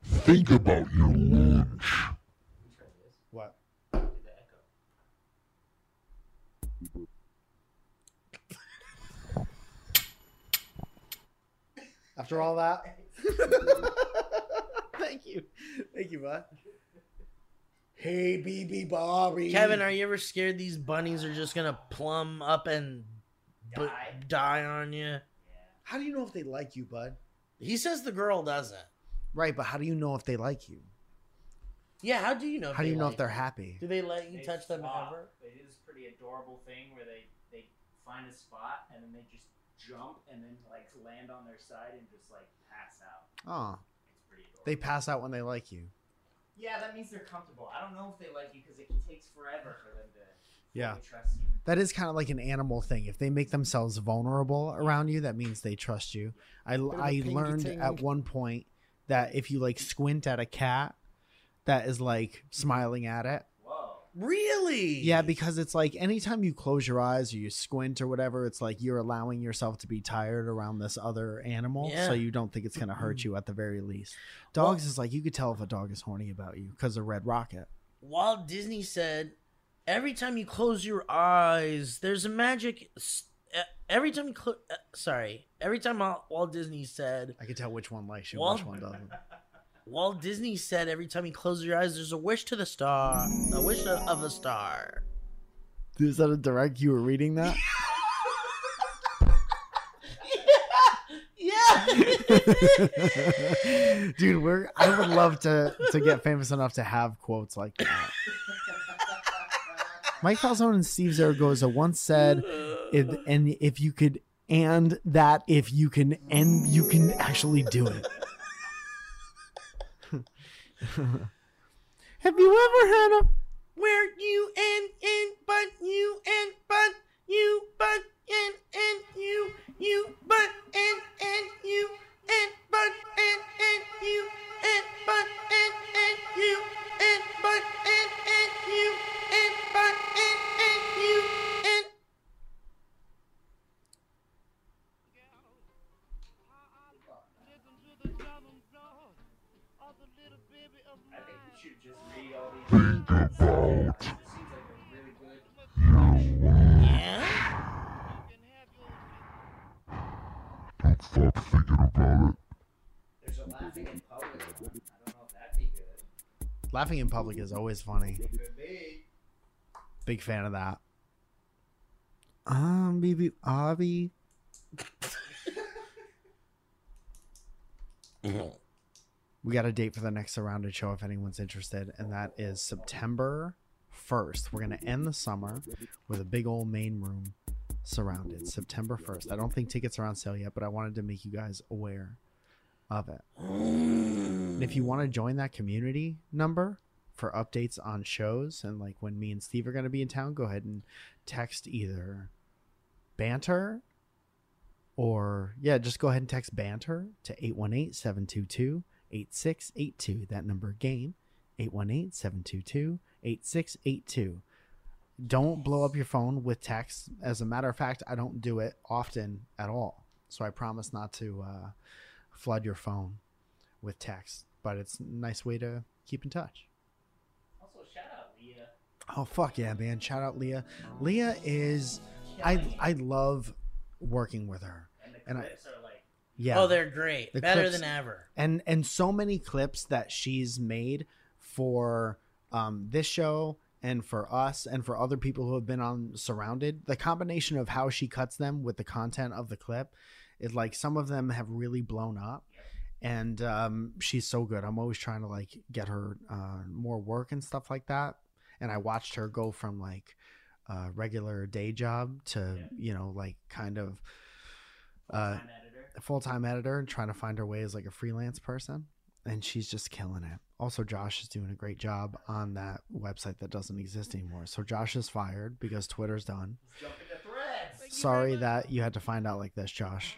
S1: Think about your lunch.
S5: What? After all that, thank you, thank you, bud. Hey, BB Bobby.
S3: Kevin, are you ever scared these bunnies are just gonna plumb up and bu- die, on you?
S5: how do you know if they like you, bud?
S3: He says the girl doesn't.
S5: Right, but how do you know if they like you?
S3: Yeah, how do you know?
S5: How do
S3: they
S5: you know
S3: like
S5: if they're
S3: you?
S5: happy?
S3: Do they let you
S6: They
S3: touch them
S6: swap.
S3: ever?
S6: They do this pretty adorable thing where they they find a spot and then they just jump and then like land on their side and just like pass out.
S5: Oh,
S6: It's pretty adorable.
S5: they pass out when they like you.
S6: yeah, that means they're comfortable. I don't know if they like you because it takes forever for them to
S5: Yeah.
S6: fully trust you.
S5: That is kind of like an animal thing. If they make themselves vulnerable around you, that means they trust you. I,
S7: of a
S5: I
S7: pinky
S5: learned
S7: ting.
S5: at one point that if you like squint at a cat that is like smiling at it.
S6: Whoa.
S3: Really?
S5: Yeah, because it's like anytime you close your eyes or you squint or whatever, it's like you're allowing yourself to be tired around this other animal
S3: Yeah.
S5: so you don't think it's going to hurt you at the very least. Dogs is like you could tell if a dog is horny about you because of Red Rocket.
S3: Walt Disney said, "Every time you close your eyes, there's a magic." s- uh, Every time, you clo- uh, sorry, every time Walt- Walt Disney said,
S5: I could tell which one likes you,
S3: Well-
S5: which one doesn't.
S3: Walt Disney said, every time you close your eyes, there's a wish to the star, a wish of of a star.
S5: Is that a direct you were reading that?
S3: Yeah.
S5: Dude, we're I would love to to get famous enough to have quotes like that. Mike Falzone and Steve Zaragoza once said, if, "And if you could, and that if you can, and you can actually do it." have you ever had a?
S3: Where you and and but you and but you but and and you you but and and you and but and and you and but and and you and but and and you and but and and you and
S6: I think you should just read all these.
S1: Think about
S6: It seems like a really good.
S1: your lunch.
S3: yeah.
S1: Don't stop thinking about it.
S6: There's a laughing in public. one. I don't know if that'd be good.
S5: Laughing in public is always funny.
S6: Could be.
S5: Big fan of that. Um, baby, Abby. we got a date for the next surrounded show if anyone's interested and that is september 1st we're going to end the summer with a big old main room surrounded september 1st i don't think tickets are on sale yet but i wanted to make you guys aware of it and if you want to join that community number for updates on shows and like when me and steve are going to be in town go ahead and text either banter or yeah just go ahead and text banter to 818 722 8682. That number game 818 722 8682. Don't blow up your phone with text. As a matter of fact, I don't do it often at all. So I promise not to uh, flood your phone with text, but it's a nice way to keep in touch.
S6: Also, shout out Leah.
S5: Oh fuck yeah, man! Shout out Leah. Leah is I I love working with her.
S6: And the
S5: and I-
S6: clips are like,
S5: Yeah.
S3: Oh, they're great.
S5: The
S3: Better
S5: clips-
S3: than ever.
S5: and and so many clips that she's made for um, this show and for us and for other people who have been on surrounded the combination of how she cuts them with the content of the clip is like some of them have really blown up and um, she's so good i'm always trying to like get her uh, more work and stuff like that and i watched her go from like a regular day job to
S6: Yeah.
S5: you know like kind of uh,
S6: time editor.
S5: a full-time editor and trying to find her way as like a freelance person and she's just killing it also josh is doing a great job on that website that doesn't exist anymore so josh is fired because twitter's done
S6: Let's jump into threads.
S5: sorry that you had to find out like this josh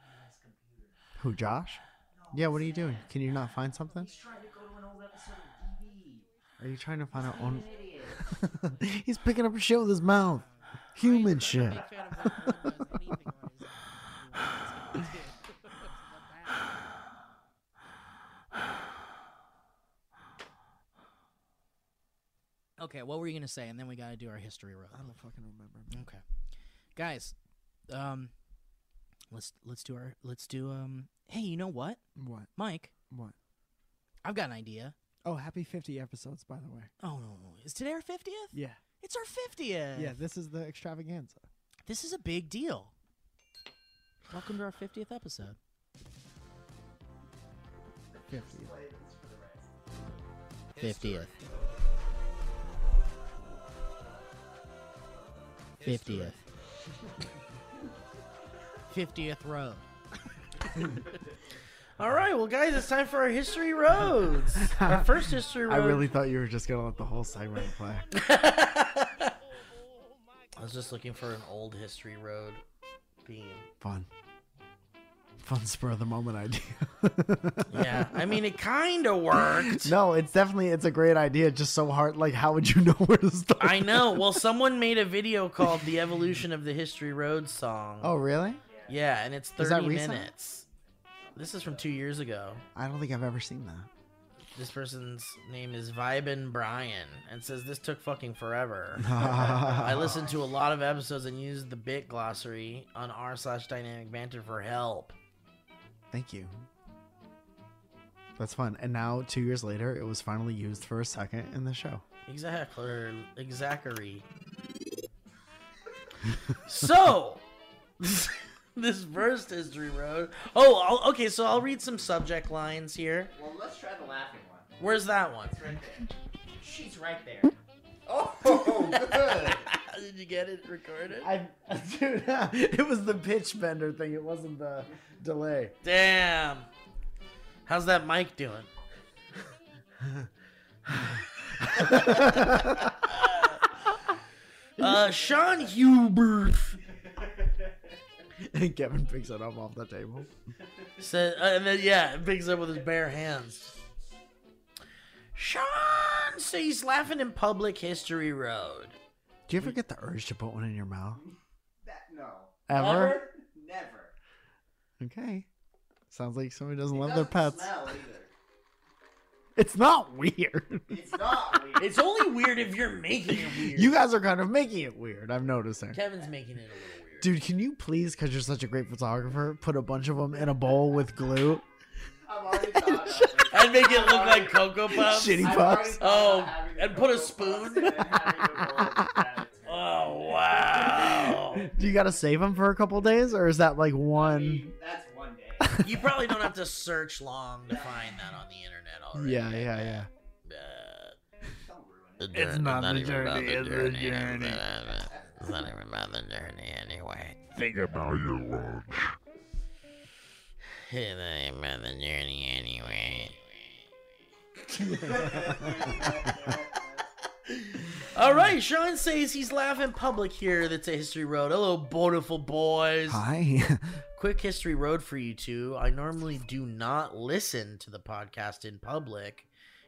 S6: Oh,
S5: who josh yeah what are you doing can you not find something
S6: He's trying to go to an old episode of DB.
S5: are you trying to find out on
S6: Idiot.
S5: he's picking up a shit with his mouth human shit
S7: Okay, what were you gonna say? And then we gotta do our history roll.
S5: don't fucking remember man.
S7: Okay, guys, um, let's let's do our let's do um. Hey, you know what,
S8: What?
S7: Mike?
S8: What?
S7: I've got an idea.
S8: Oh, happy 50 episodes, by the way.
S7: Oh no, no, is today our fiftieth?
S8: Yeah.
S7: It's our fiftieth.
S8: Yeah, this is the extravaganza.
S7: This is a big deal. Welcome to our fiftieth episode.
S8: 50.
S7: Fiftieth. Fiftieth. Fiftieth road.
S3: All right, well, guys, it's time for our history roads. our first history road.
S5: i really thought you were just gonna let the whole segment play
S3: I was just looking for an old history road theme.
S5: fun fun spur of the moment idea
S3: Yeah, I mean it kind of worked.
S5: no it's definitely it's a great idea just so hard like how would you know where to start
S3: I know. Well, someone made a video called "The Evolution of the History Road" song.
S5: oh really
S3: yeah, and it's
S5: Is that
S3: thirty
S5: recent?
S3: minutes. This is from two years ago.
S5: i don't think i've ever seen that
S3: This person's name is Vibin Brian, and says this took fucking forever. I listened to a lot of episodes and used the bit glossary on r slash dynamic banter for help.
S5: thank you that's fun and now two years later it was finally used for a second in the show
S3: Exactly. Exactly. so, this first history road. Oh, I'll, okay. So I'll read some subject lines here.
S6: Well, let's try the laughing one.
S3: Where's that one?
S6: It's right there. She's right there. Oh, good.
S3: Did you get it recorded?
S5: I, dude, it was the pitch bender thing. It wasn't the delay.
S3: Damn. How's that mic doing? uh, Sean Hubert
S5: And Kevin picks it up off the table.
S3: said, uh, and then yeah, picks up with his bare hands. Sean says laughing in public history road.
S5: Do you ever get the urge to put one in your mouth?
S6: That, no.
S5: Ever?
S6: Never.
S5: Okay. Sounds like somebody doesn't
S6: It
S5: love their
S6: doesn't
S5: pets.
S6: Smell either.
S5: It's not weird.
S6: It's not weird.
S3: It's only weird if you're making it weird.
S5: You guys are kind of making it weird. I'm noticing.
S3: Kevin's making it a little weird.
S5: Dude, can you please, because you're such a great photographer, put a bunch of them in a bowl with glue?
S6: I've already thought about this.
S3: I'd make it look like Cocoa Puffs.
S5: Shitty
S6: I've already
S5: puffs.
S6: thought
S3: Oh,
S6: about having
S3: and
S6: the
S3: put a
S6: Cocoa Puffs
S3: spoon?
S6: and then having the roll of that.
S3: Oh wow!
S5: Do you got to save them for a couple days, or is that like
S6: I
S5: one?
S6: mean, that's one day.
S3: You probably don't have to search long to find that on the internet already.
S5: Yeah, yeah, yeah.
S6: Don't ruin it.
S5: It's not the journey, it's the journey.
S3: It's not even about the journey anyway.
S1: Think about your lunch.
S3: It ain't about the journey anyway. All right, Sean says he's live in public here. That's a History Road. Hello, beautiful boys.
S5: Hi.
S3: Quick History Road for you two. I normally do not listen to the podcast in public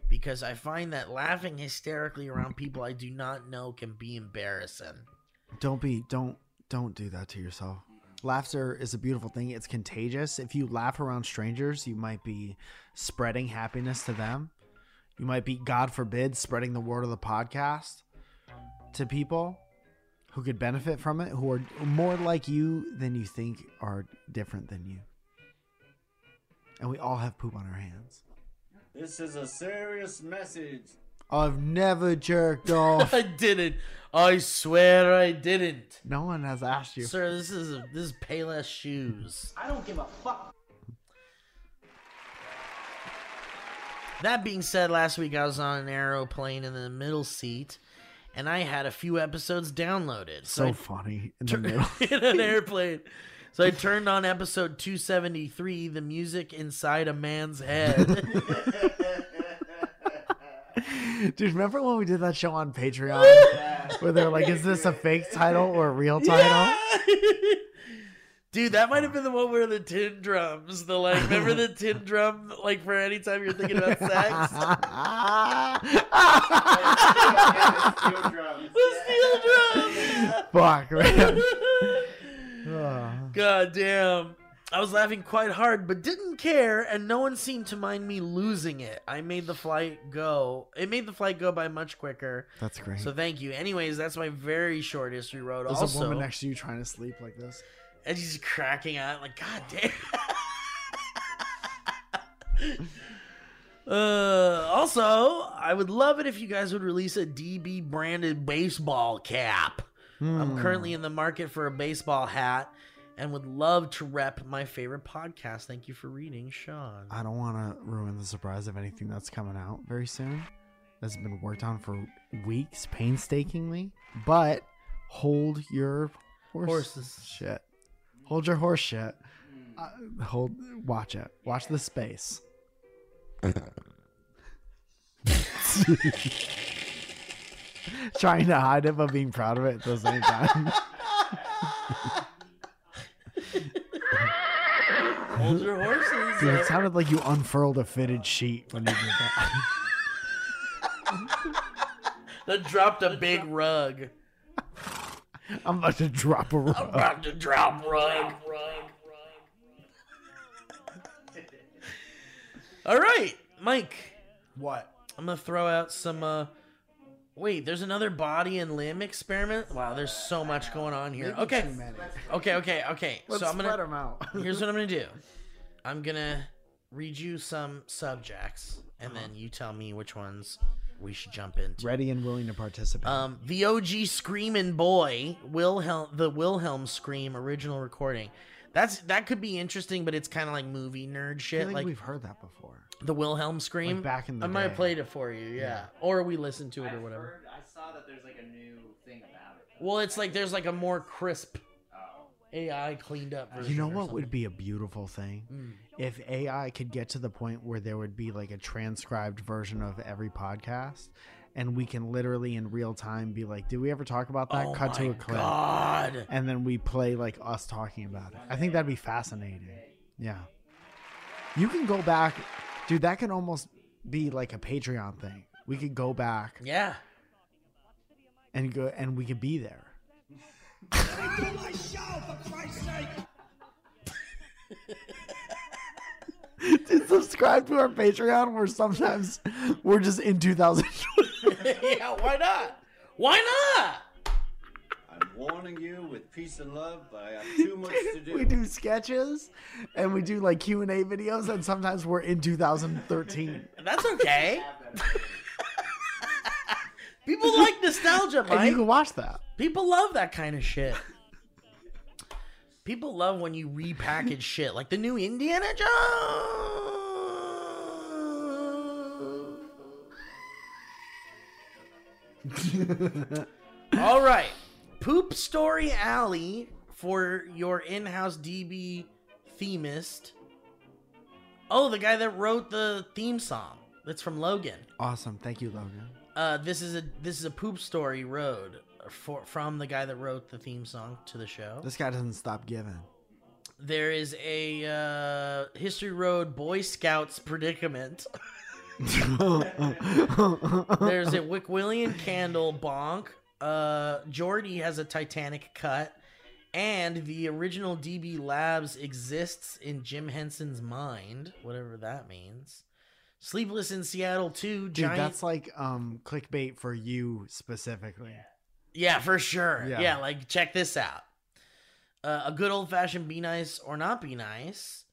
S3: because I find that laughing hysterically around people I do not know can be embarrassing.
S5: don't be don't don't do that to yourself. Laughter is a beautiful thing. It's contagious. If you laugh around strangers, you might be spreading happiness to them. You might be, God forbid, spreading the word of the podcast to people who could benefit from it, who are more like you than you think are different than you. And we all have poop on our hands.
S9: This is a serious message.
S5: I've never jerked off.
S3: I didn't. I swear I didn't.
S5: no one has asked you.
S3: Sir, this is this is Payless shoes.
S6: I don't give a fuck.
S3: That being said, last week I was on an aeroplane in the middle seat, and I had a few episodes downloaded.
S5: So
S3: So,
S5: funny in the
S3: I
S5: middle.
S3: tur- in an airplane. So I turned on episode 273, The Music Inside a Man's Head.
S5: Dude, remember when we did that show on Patreon where they're like, "Is this a fake title or a real title?"
S3: Yeah! Dude, that might have been the one where the tin drums, the like, remember the tin drum, like for any time you're thinking about sex?
S6: Steel drums.
S3: The steel drum!
S5: Fuck, man. Ugh.
S3: God damn. I was laughing quite hard, but didn't care, and no one seemed to mind me losing it. I made the flight go. It made the flight go by much quicker.
S5: That's great.
S3: So thank you. Anyways, that's my very short history road.
S5: There's
S3: also,
S5: a woman next to you trying to sleep like this.
S3: and she's cracking out like, God damn. uh, also, I would love it if you guys would release a DB branded baseball cap. I'm
S5: Hmm.
S3: currently in the market for a baseball hat and would love to rep my favorite podcast. Thank you for reading, Sean.
S5: I don't want to ruin the surprise of anything that's coming out very soon. That's been worked on for weeks, painstakingly. But hold your horse
S3: Horses.
S5: shit. Hold your horse shit. Uh, hold, watch it. Watch the space. Trying to hide it but being proud of it at the same time.
S3: Hold your horses.
S5: Dude, it sounded like you unfurled a fitted sheet when you did that.
S3: That dropped a big rug.
S5: I'm about to drop a rope.
S3: About to drop rug. All right, Mike.
S5: What?
S3: I'm gonna throw out some. uh Wait, there's another body and limb experiment. Wow, there's so much going on here. Okay, okay, okay, okay. so I'm gonna.
S5: them out.
S3: Here's what I'm gonna do. I'm gonna read you some subjects, and then you tell me which ones we should jump into.
S5: Ready and willing to participate.
S3: Um, the OG Screaming Boy, Wilhelm, the Wilhelm Scream original recording. That's that could be interesting, but it's kind of like movie nerd
S5: I
S3: shit,
S5: think
S3: like
S5: we've heard that before.
S3: the Wilhelm Scream.
S5: Like back in the
S3: I might have
S5: day.
S3: played it for you, yeah. or we listened to it or
S6: I've
S3: whatever.
S6: heard- I saw that there's like a new thing about it.
S3: Well, it's like there's like a more crisp
S6: Oh.
S3: AI cleaned up version.
S5: You know
S3: or
S5: what would
S3: something.
S5: be a beautiful thing?
S3: Mm.
S5: If AI could get to the point where there would be like a transcribed version of every podcast and we can literally in real time be like, did we ever talk about that?
S3: Oh
S5: Cut to
S3: my
S5: a clip.
S3: God.
S5: And then we play like us talking about it. I think that'd be fascinating. Yeah. You can go back. Dude, that can almost be like a Patreon thing. We could go back
S3: Yeah.
S5: and go and we could be there. Dude, subscribe to our Patreon where sometimes we're just in 2000.
S3: yeah. Why not? Why not?
S9: I'm warning you with peace and love, but I have too much to do.
S5: we do sketches and we do like Q&A videos and sometimes we're in 2013.
S3: That's okay. People like nostalgia,
S5: And
S3: Mike.
S5: you can watch that.
S3: People love that kind of shit. People love when you repackage shit, like the new Indiana Jones. All right, poop story alley for your in-house DB themist. Oh, the guy that wrote the theme song. That's from Logan.
S5: Awesome. Thank you, Logan.
S3: Uh, this is a this is a poop story road for, from the guy that wrote the theme song to the show.
S5: This guy doesn't stop giving.
S3: There is a uh, History Road Boy Scouts predicament. There's a Wickwillian candle bonk. Uh, Jordy has a Titanic cut, and the original DB Labs exists in Jim Henson's mind, whatever that means. Sleepless in Seattle 2,
S5: Dude,
S3: giant.
S5: that's like um clickbait for you specifically.
S3: yeah, for sure.
S5: Yeah.
S3: Yeah. like check this out. Uh, a good old fashioned be nice or not be nice,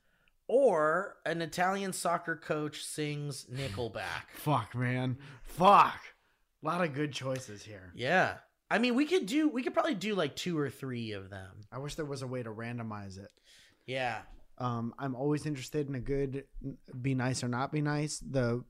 S3: or an Italian soccer coach sings Nickelback.
S5: Fuck, man. Fuck. A lot of good choices here.
S3: Yeah. I mean, we could do, we could probably do like two or three of them.
S5: I wish there was a way to randomize it.
S3: Yeah.
S5: Um, I'm always interested in a good be nice or not be nice. The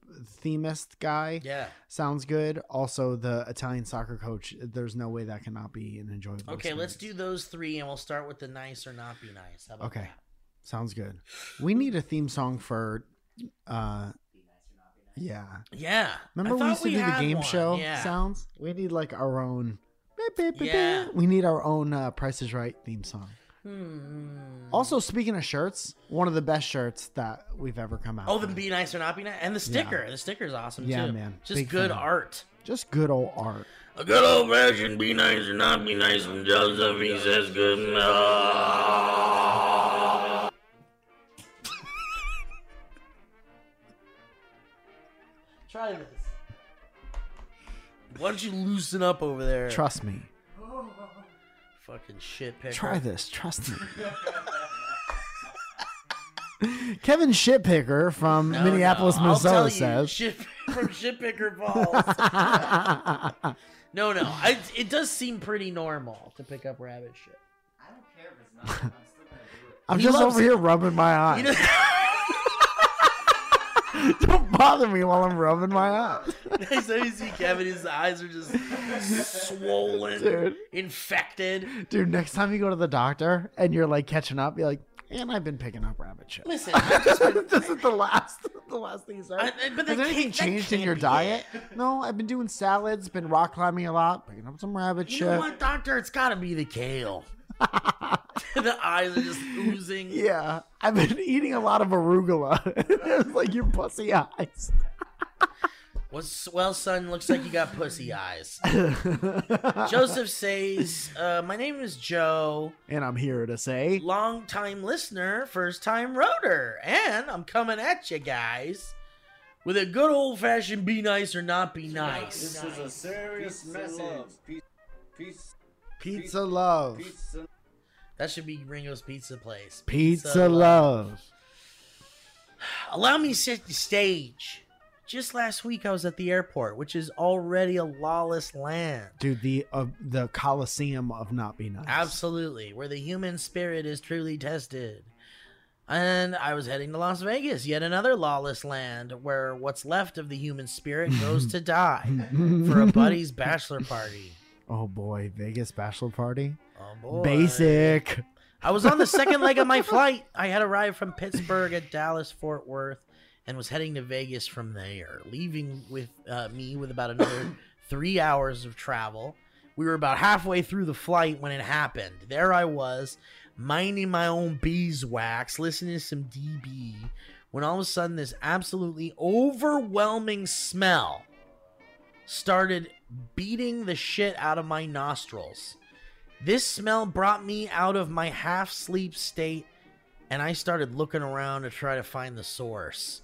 S5: themist guy
S3: Yeah.
S5: sounds good. Also, the Italian soccer coach. There's no way that cannot be an enjoyable.
S3: Okay, let's do
S5: experience.
S3: those three and we'll start with the nice or not be nice. How about
S5: Okay,
S3: that?
S5: sounds good. We need a theme song for. Uh, yeah.
S3: Yeah. I
S5: Remember we
S3: thought
S5: used to do the
S3: had
S5: game
S3: one.
S5: show
S3: yeah.
S5: sounds? We need like our own. beep, beep, beep, beep.
S3: Yeah.
S5: We need our own uh, Price is Right theme song.
S3: Hmm.
S5: Also, speaking of shirts, one of the best shirts that we've ever come out.
S3: Oh, the
S5: with.
S3: be nice or not be nice, and the sticker. The sticker's awesome
S5: Yeah,
S3: too.
S5: man.
S3: Just
S5: Big
S3: good
S5: fan.
S3: art.
S5: just good old art.
S3: A good old fashioned be nice or not be nice from Joseph. He says good enough. Try this. Why don't you loosen up over there?
S5: Trust me.
S3: Fucking shit picker.
S5: Try this. Trust me. Kevin Shitpicker from
S3: No,
S5: Minneapolis,
S3: no, I'll tell
S5: Minnesota
S3: you,
S5: says.
S3: shit from shit picker balls. no, no, I, it does seem pretty normal to pick up rabbit shit.
S6: I don't care if it's not.
S5: I'm
S6: I'm still gonna do it.
S3: He
S5: just
S3: loves
S5: over
S3: it.
S5: here rubbing my
S3: You
S5: eyes.
S3: know,
S5: Don't bother me while I'm rubbing my eyes.
S3: next time you see Kevin, his eyes are just swollen,
S5: Dude.
S3: infected.
S5: Dude, next time you go to the doctor and you're like catching up, you're like, and I've been picking up rabbit shit.
S3: Listen, I've just been,
S5: this is the last, the last thing you said.
S3: I, I- but
S5: Has
S3: that
S5: anything
S3: can't- that
S5: changed in
S3: can't
S5: your
S3: be
S5: diet?
S3: it.
S5: No, I've been doing salads, been rock climbing a lot, picking up some rabbit
S3: You
S5: shit.
S3: know what, doctor? It's got to be the kale. the eyes are just oozing.
S5: Yeah, I've been eating a lot of arugula. it's like your pussy eyes.
S3: What's, well, son, looks like you got pussy eyes. Joseph says, uh, "My name is Joe."
S5: and I'm here to say,
S3: long time listener, first time roader, and I'm coming at you guys with a good old fashioned be nice or not be nice.
S9: This is a serious
S6: Peace and
S9: message.
S6: love.
S9: Peace, peace,
S5: pizza love,
S9: peace, and
S3: That should be Ringo's Pizza Place.
S5: pizza
S3: So, uh,
S5: love.
S3: Allow me to set the stage. Just last week, I was at the airport, which is already a lawless land.
S5: Dude, the uh, the Coliseum of not be nice.
S3: Absolutely, where the human spirit is truly tested. And I was heading to Las Vegas, yet another lawless land where what's left of the human spirit goes to die for a buddy's bachelor party.
S5: Oh boy, Vegas bachelor party.
S3: Oh boy.
S5: Basic.
S3: I was on the second leg of my flight. I had arrived from Pittsburgh at Dallas Fort Worth and was heading to Vegas from there, leaving with uh, me with about another three hours of travel. We were about halfway through the flight when it happened. There I was, minding my own beeswax, listening to some DB, when all of a sudden this absolutely overwhelming smell started beating the shit out of my nostrils. This smell brought me out of my half sleep state, and I started looking around to try to find the source.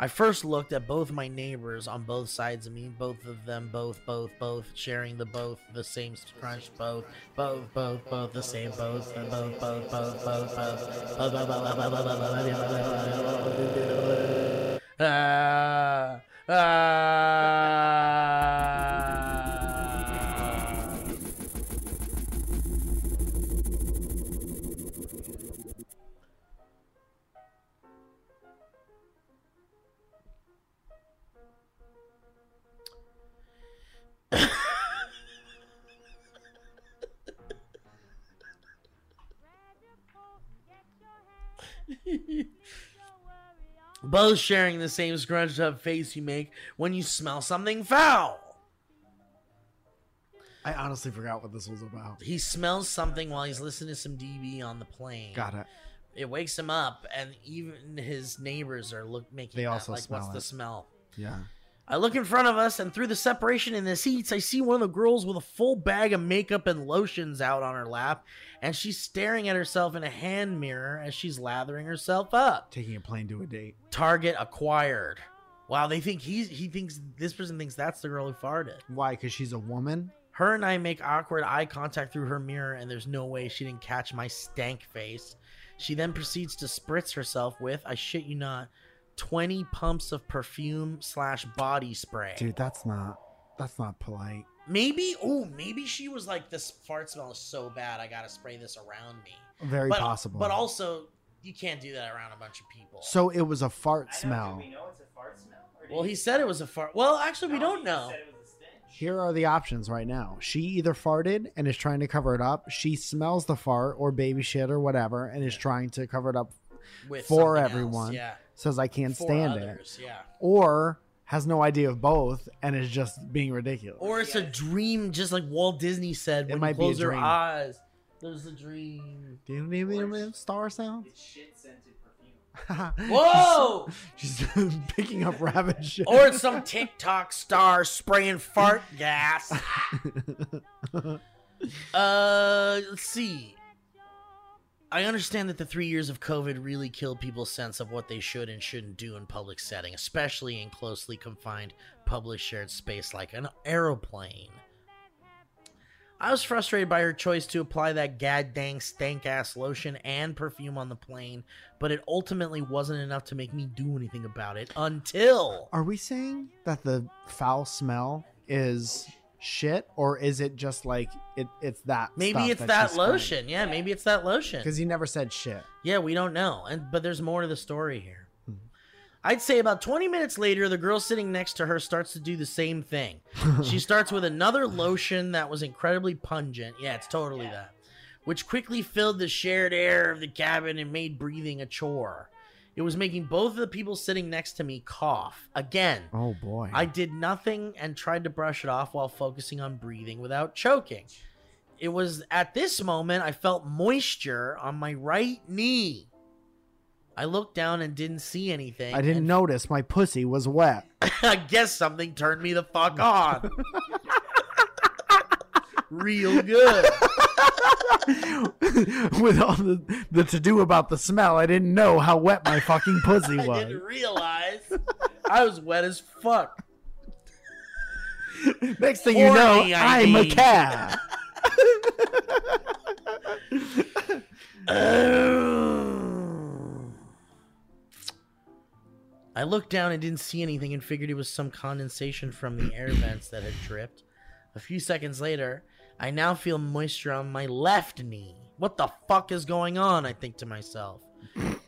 S3: I first looked at both my neighbors on both sides of me, both of them, both, both, both, sharing the both, the same crunch, both, both, both, both, the same both, the both, both, both, both, both, both, both, both, both, both, both, both, both. Ah, ah. both sharing the same scrunched up face you make when you smell something foul.
S5: I honestly forgot what this was about.
S3: He smells something while he's listening to some DB on the plane.
S5: Got it.
S3: It wakes him up, and even his neighbors are look making.
S5: They
S3: that,
S5: also
S3: like, what's
S5: smell
S3: the
S5: it."
S3: smell?
S5: Yeah.
S3: I look in front of us, and through the separation in the seats, I see one of the girls with a full bag of makeup and lotions out on her lap, and she's staring at herself in a hand mirror as she's lathering herself up.
S5: Taking a plane to a date.
S3: Target acquired. Wow, they think he's he thinks this person thinks that's the girl who farted.
S5: Why? Because she's a woman?
S3: Her and I make awkward eye contact through her mirror, and there's no way she didn't catch my stank face. She then proceeds to spritz herself with, I shit you not, 20 pumps of perfume slash body spray.
S5: Dude, that's not that's not polite.
S3: Maybe, oh, maybe she was like, this fart smell is so bad, I gotta spray this around me.
S5: Very
S3: but, uh,
S5: possible.
S3: But also, you can't do that around a bunch of people.
S5: So it was a
S6: I
S5: fart
S6: know,
S5: smell.
S6: Do we know it's a fart smell? Or do
S3: well,
S6: you-
S3: he said it was a fart. Well, actually, we
S6: No,
S3: don't
S6: he
S3: know.
S6: Said it was a stench.
S5: Here are the options right now. She either farted and is trying to cover it up. She smells the fart or baby shit or whatever and is trying to cover it up.
S3: With
S5: For
S3: something else,
S5: everyone.
S3: Yeah.
S5: Says I can't
S3: For
S5: stand it.
S3: others, Yeah.
S5: Or has no idea of both and is just being ridiculous.
S3: Or it's a dream, just like Walt Disney said.
S5: It
S3: When
S5: might
S3: you
S5: be a
S3: close your
S5: dream.
S3: eyes, there's a dream.
S5: Do you know what I mean? Star sound?
S6: It's shit scented perfume.
S3: Whoa!
S5: She's picking up rabbit shit.
S3: or it's some TikTok star spraying fart gas. Uh, let's see. I understand that the three years of COVID really killed people's sense of what they should and shouldn't do in public setting, especially in closely confined public shared space like an aeroplane. I was frustrated by her choice to apply that gad dang stank ass lotion and perfume on the plane, but it ultimately wasn't enough to make me do anything about it until
S5: Are we saying that the foul smell is shit or is it just like it, it's that
S3: maybe it's that lotion. Yeah, maybe it's that lotion.
S5: Because you never said shit.
S3: Yeah, we don't know. And but there's more to the story here. I'd say about 20 minutes later, the girl sitting next to her starts to do the same thing. she starts with another lotion that was incredibly pungent. Yeah, it's totally that. Which quickly filled the shared air of the cabin and made breathing a chore. It was making both of the people sitting next to me cough. Again,
S5: Oh boy.
S3: I did nothing and tried to brush it off while focusing on breathing without choking. It was at this moment I felt moisture on my right knee. I looked down and didn't see anything.
S5: I didn't
S3: and
S5: notice my pussy was wet.
S3: I guess something turned me the fuck on. Real good.
S5: With all the, the to do about the smell, I didn't know how wet my fucking pussy
S3: I
S5: was.
S3: didn't realize I was wet as fuck.
S5: Next thing you know,
S3: Horny, I
S5: I'm a
S3: mean.
S5: cat.
S3: I looked down and didn't see anything and figured it was some condensation from the air vents that had dripped. A few seconds later, I now feel moisture on my left knee. What the fuck is going on? I think to myself.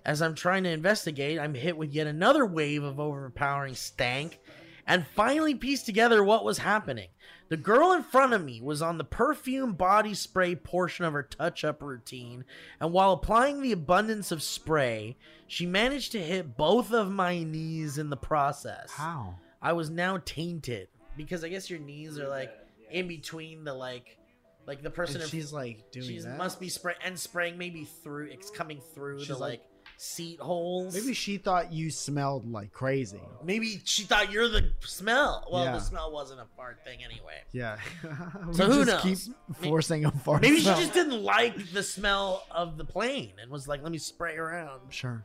S3: As I'm trying to investigate, I'm hit with yet another wave of overpowering stank and finally piece together what was happening. The girl in front of me was on the perfume body spray portion of her touch up routine, and while applying the abundance of spray, she managed to hit both of my knees in the process.
S5: How?
S3: I was now tainted because I guess your knees are like in between the like, like the person
S5: And
S3: in
S5: she's like doing
S3: she
S5: that.
S3: must be spraying and spraying maybe through it's coming through the
S5: She's
S3: like,
S5: like-
S3: seat holes.
S5: Maybe she thought you smelled like crazy.
S3: Maybe she thought you're the smell. Well,
S5: Yeah.
S3: the smell wasn't a fart thing anyway.
S5: Yeah. we
S3: So who
S5: just
S3: knows?
S5: keep forcing a fart.
S3: Maybe she
S5: smell.
S3: just didn't like the smell of the plane and was like, "Let me spray around."
S5: Sure.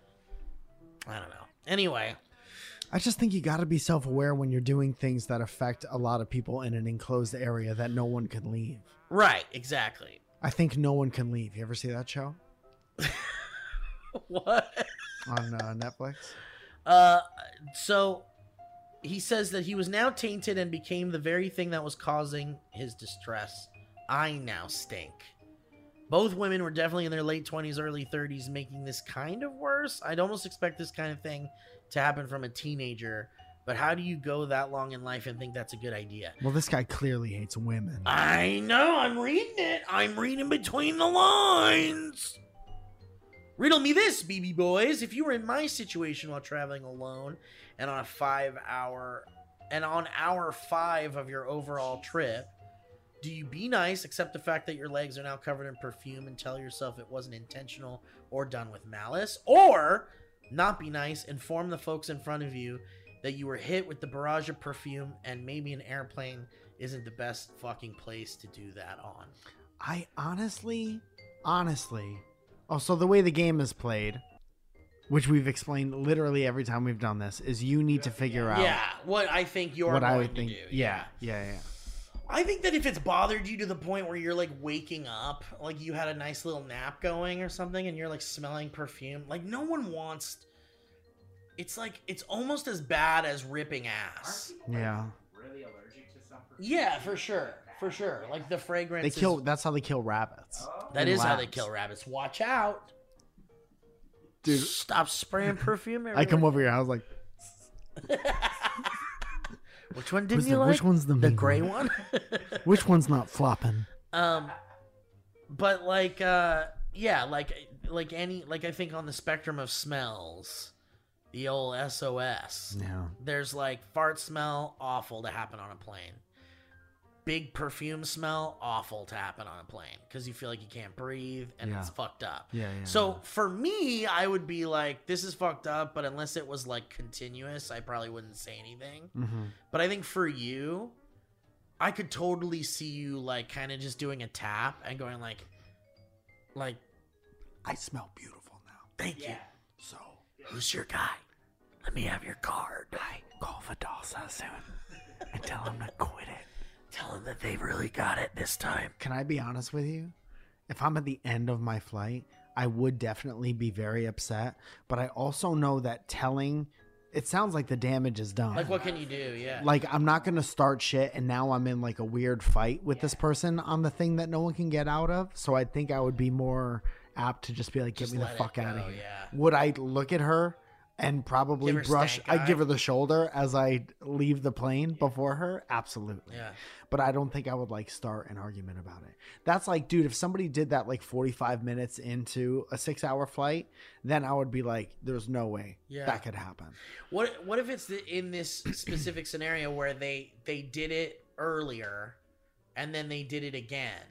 S3: I don't know. Anyway,
S5: I just think you got to be self aware when you're doing things that affect a lot of people in an enclosed area that no one can leave.
S3: right? Exactly.
S5: I think no one can leave. You ever see that show
S3: What?
S5: on uh, Netflix?
S3: Uh, so he says that he was now tainted and became the very thing that was causing his distress. I now stink. Both women were definitely in their late 20s, early 30s, making this kind of worse. I'd almost expect this kind of thing to happen from a teenager, but how do you go that long in life and think that's a good idea?
S5: Well, this guy clearly hates women.
S3: I know, I'm reading it. I'm reading between the lines. Riddle me this, BB boys. If you were in my situation while traveling alone and on a five hour and on hour five of your overall trip, Do you be nice, accept the fact that your legs are now covered in perfume, and tell yourself it wasn't intentional or done with malice? Or not be nice, inform the folks in front of you that you were hit with the barrage of perfume and maybe an airplane isn't the best fucking place to do that on.
S5: I honestly, honestly. Oh, so the way the game is played, which we've explained literally every time we've done this, is you need to figure out
S3: Yeah, what I think you're
S5: what
S3: going
S5: I would think.
S3: to do.
S5: yeah, yeah, yeah.
S3: I think that if it's bothered you to the point where you're like waking up, like you had a nice little nap going or something, and you're like smelling perfume, like no one wants. It's like it's almost as bad as ripping ass.
S5: yeah. yeah.
S6: Really allergic to something.
S3: Yeah, for sure, for sure. Like the fragrance.
S5: They
S3: is-
S5: kill. That's how they kill rabbits.
S3: That is how they
S5: labs.
S3: kill rabbits. Watch out,
S5: Dude.
S3: Stop spraying perfume.
S5: I come over here. I was like,
S3: Which one
S5: "What's
S3: did you
S5: the-
S3: like?
S5: which one's the
S3: the
S5: mean
S3: gray
S5: one?
S3: one?
S5: Which one's not flopping?
S3: Um, but like, uh, yeah, like, like any, like I think on the spectrum of smells, the old SOS.
S5: Yeah.
S3: There's like fart smell, awful to happen on a plane. Big perfume smell, awful to happen on a plane because you feel like you can't breathe and it's
S5: Yeah.
S3: fucked up.
S5: Yeah. yeah
S3: So for me, I would be like, this is fucked up, but unless it was like continuous, I probably wouldn't say anything.
S5: yeah. Mhm.
S3: But I think for you, I could totally see you like kind of just doing a tap and going like, like,
S5: I smell beautiful now.
S3: thank you.
S6: Yeah.
S5: So
S3: Who's your guy? Let me have your card.
S5: I call Vidalsa soon and tell him to quit it.
S3: Tell him that they really got it this time.
S5: Can I be honest with you? If I'm at the end of my flight, I would definitely be very upset. But I also know that telling, it sounds like the damage is done.
S3: Like, what can you do? Yeah.
S5: like I'm not gonna start shit and now I'm in like a weird fight with this person on the thing that no one can get out of. So I think I would be more apt to just be like, get
S3: Just
S5: me the
S3: let it
S5: fuck out
S3: go,
S5: of here.
S3: yeah.
S5: Would I look at her and probably
S3: Give her
S5: brush
S3: stank
S5: I give
S3: eye?
S5: her the shoulder as I leave the plane before her? Absolutely.
S3: yeah.
S5: But I don't think I would like start an argument about it. That's like, dude, if somebody did that like 45 minutes into a six hour flight, then I would be like, there's no way
S3: Yeah.
S5: that could happen.
S3: What What if it's the, in this specific scenario where they they did it earlier, and then they did it again?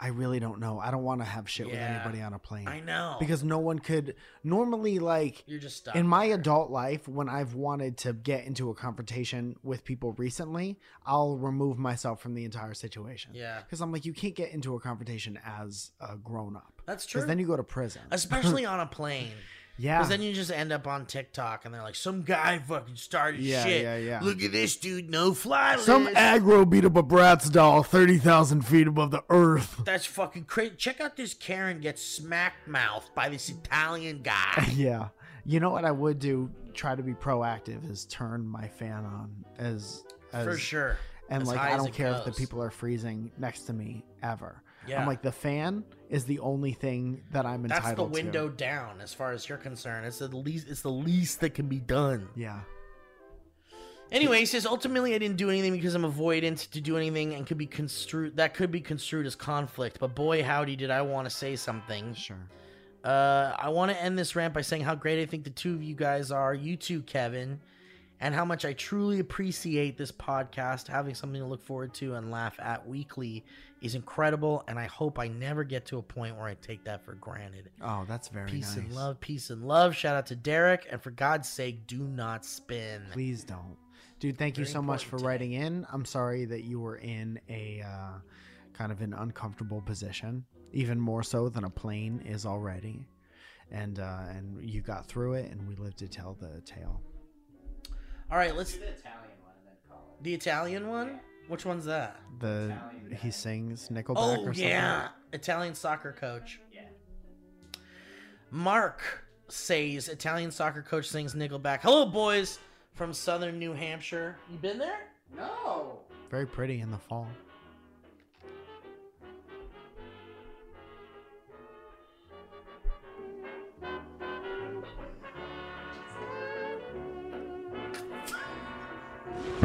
S5: I really don't know. I don't want to have shit with
S3: Yeah.
S5: anybody on a plane.
S3: I know
S5: because no one could normally like
S3: you're just stuck
S5: in my
S3: there.
S5: adult life when i've wanted to get into a confrontation with people recently i'll remove myself from the entire situation
S3: Yeah,
S5: because i'm like you can't get into a confrontation as a grown-up
S3: that's true.
S5: because then you go to prison
S3: Especially on a plane.
S5: yeah
S3: Because then you just end up on TikTok and they're like, some guy fucking started
S5: yeah,
S3: shit.
S5: yeah yeah
S3: Look at this dude, no fly list.
S5: some aggro beat up a bratz doll 30000 feet above the earth
S3: That's fucking crazy. Check out this Karen gets smack mouthed by this Italian guy.
S5: yeah you know what i would do try to be proactive is turn my fan on as as
S3: For sure.
S5: and
S3: As
S5: like
S3: high
S5: I
S3: as
S5: don't
S3: it
S5: care if the
S3: goes.
S5: people are freezing next to me ever.
S3: Yeah.
S5: I'm like the fan is the only thing that I'm entitled
S3: That's
S5: to.
S3: the window down as far as you're concerned. It's the least it's the least that can be done.
S5: Yeah.
S3: Anyway, he says ultimately I didn't do anything because I'm avoidant to do anything and could be construed that could be construed as conflict. But boy howdy did I want to say something.
S5: Sure.
S3: Uh, I want to end this rant by saying how great I think the two of you guys are, you too, Kevin, and how much I truly appreciate this podcast. Having something to look forward to and laugh at weekly is incredible, and I hope I never get to a point where I take that for granted.
S5: Oh, that's very
S3: peace
S5: nice.
S3: and love, peace and love. Shout out to Derek, and for God's sake, do not spin.
S5: Please don't, dude. Thank you
S3: Very
S5: so much for
S3: important
S5: writing in. I'm sorry that you were in a uh, kind of an uncomfortable position, even more so than a plane is already. And uh, and you got through it, and we live to tell the tale.
S3: All right, let's
S6: Do the Italian one and then call it.
S3: the Italian one. Which one's that?
S5: The
S6: Italian guy.
S5: he sings Nickelback.
S3: Oh
S5: or something.
S3: yeah, Italian soccer coach.
S6: Yeah.
S3: Mark says Italian soccer coach sings Nickelback. Hello, boys from Southern New Hampshire. You been there?
S6: No.
S5: Very pretty in the fall.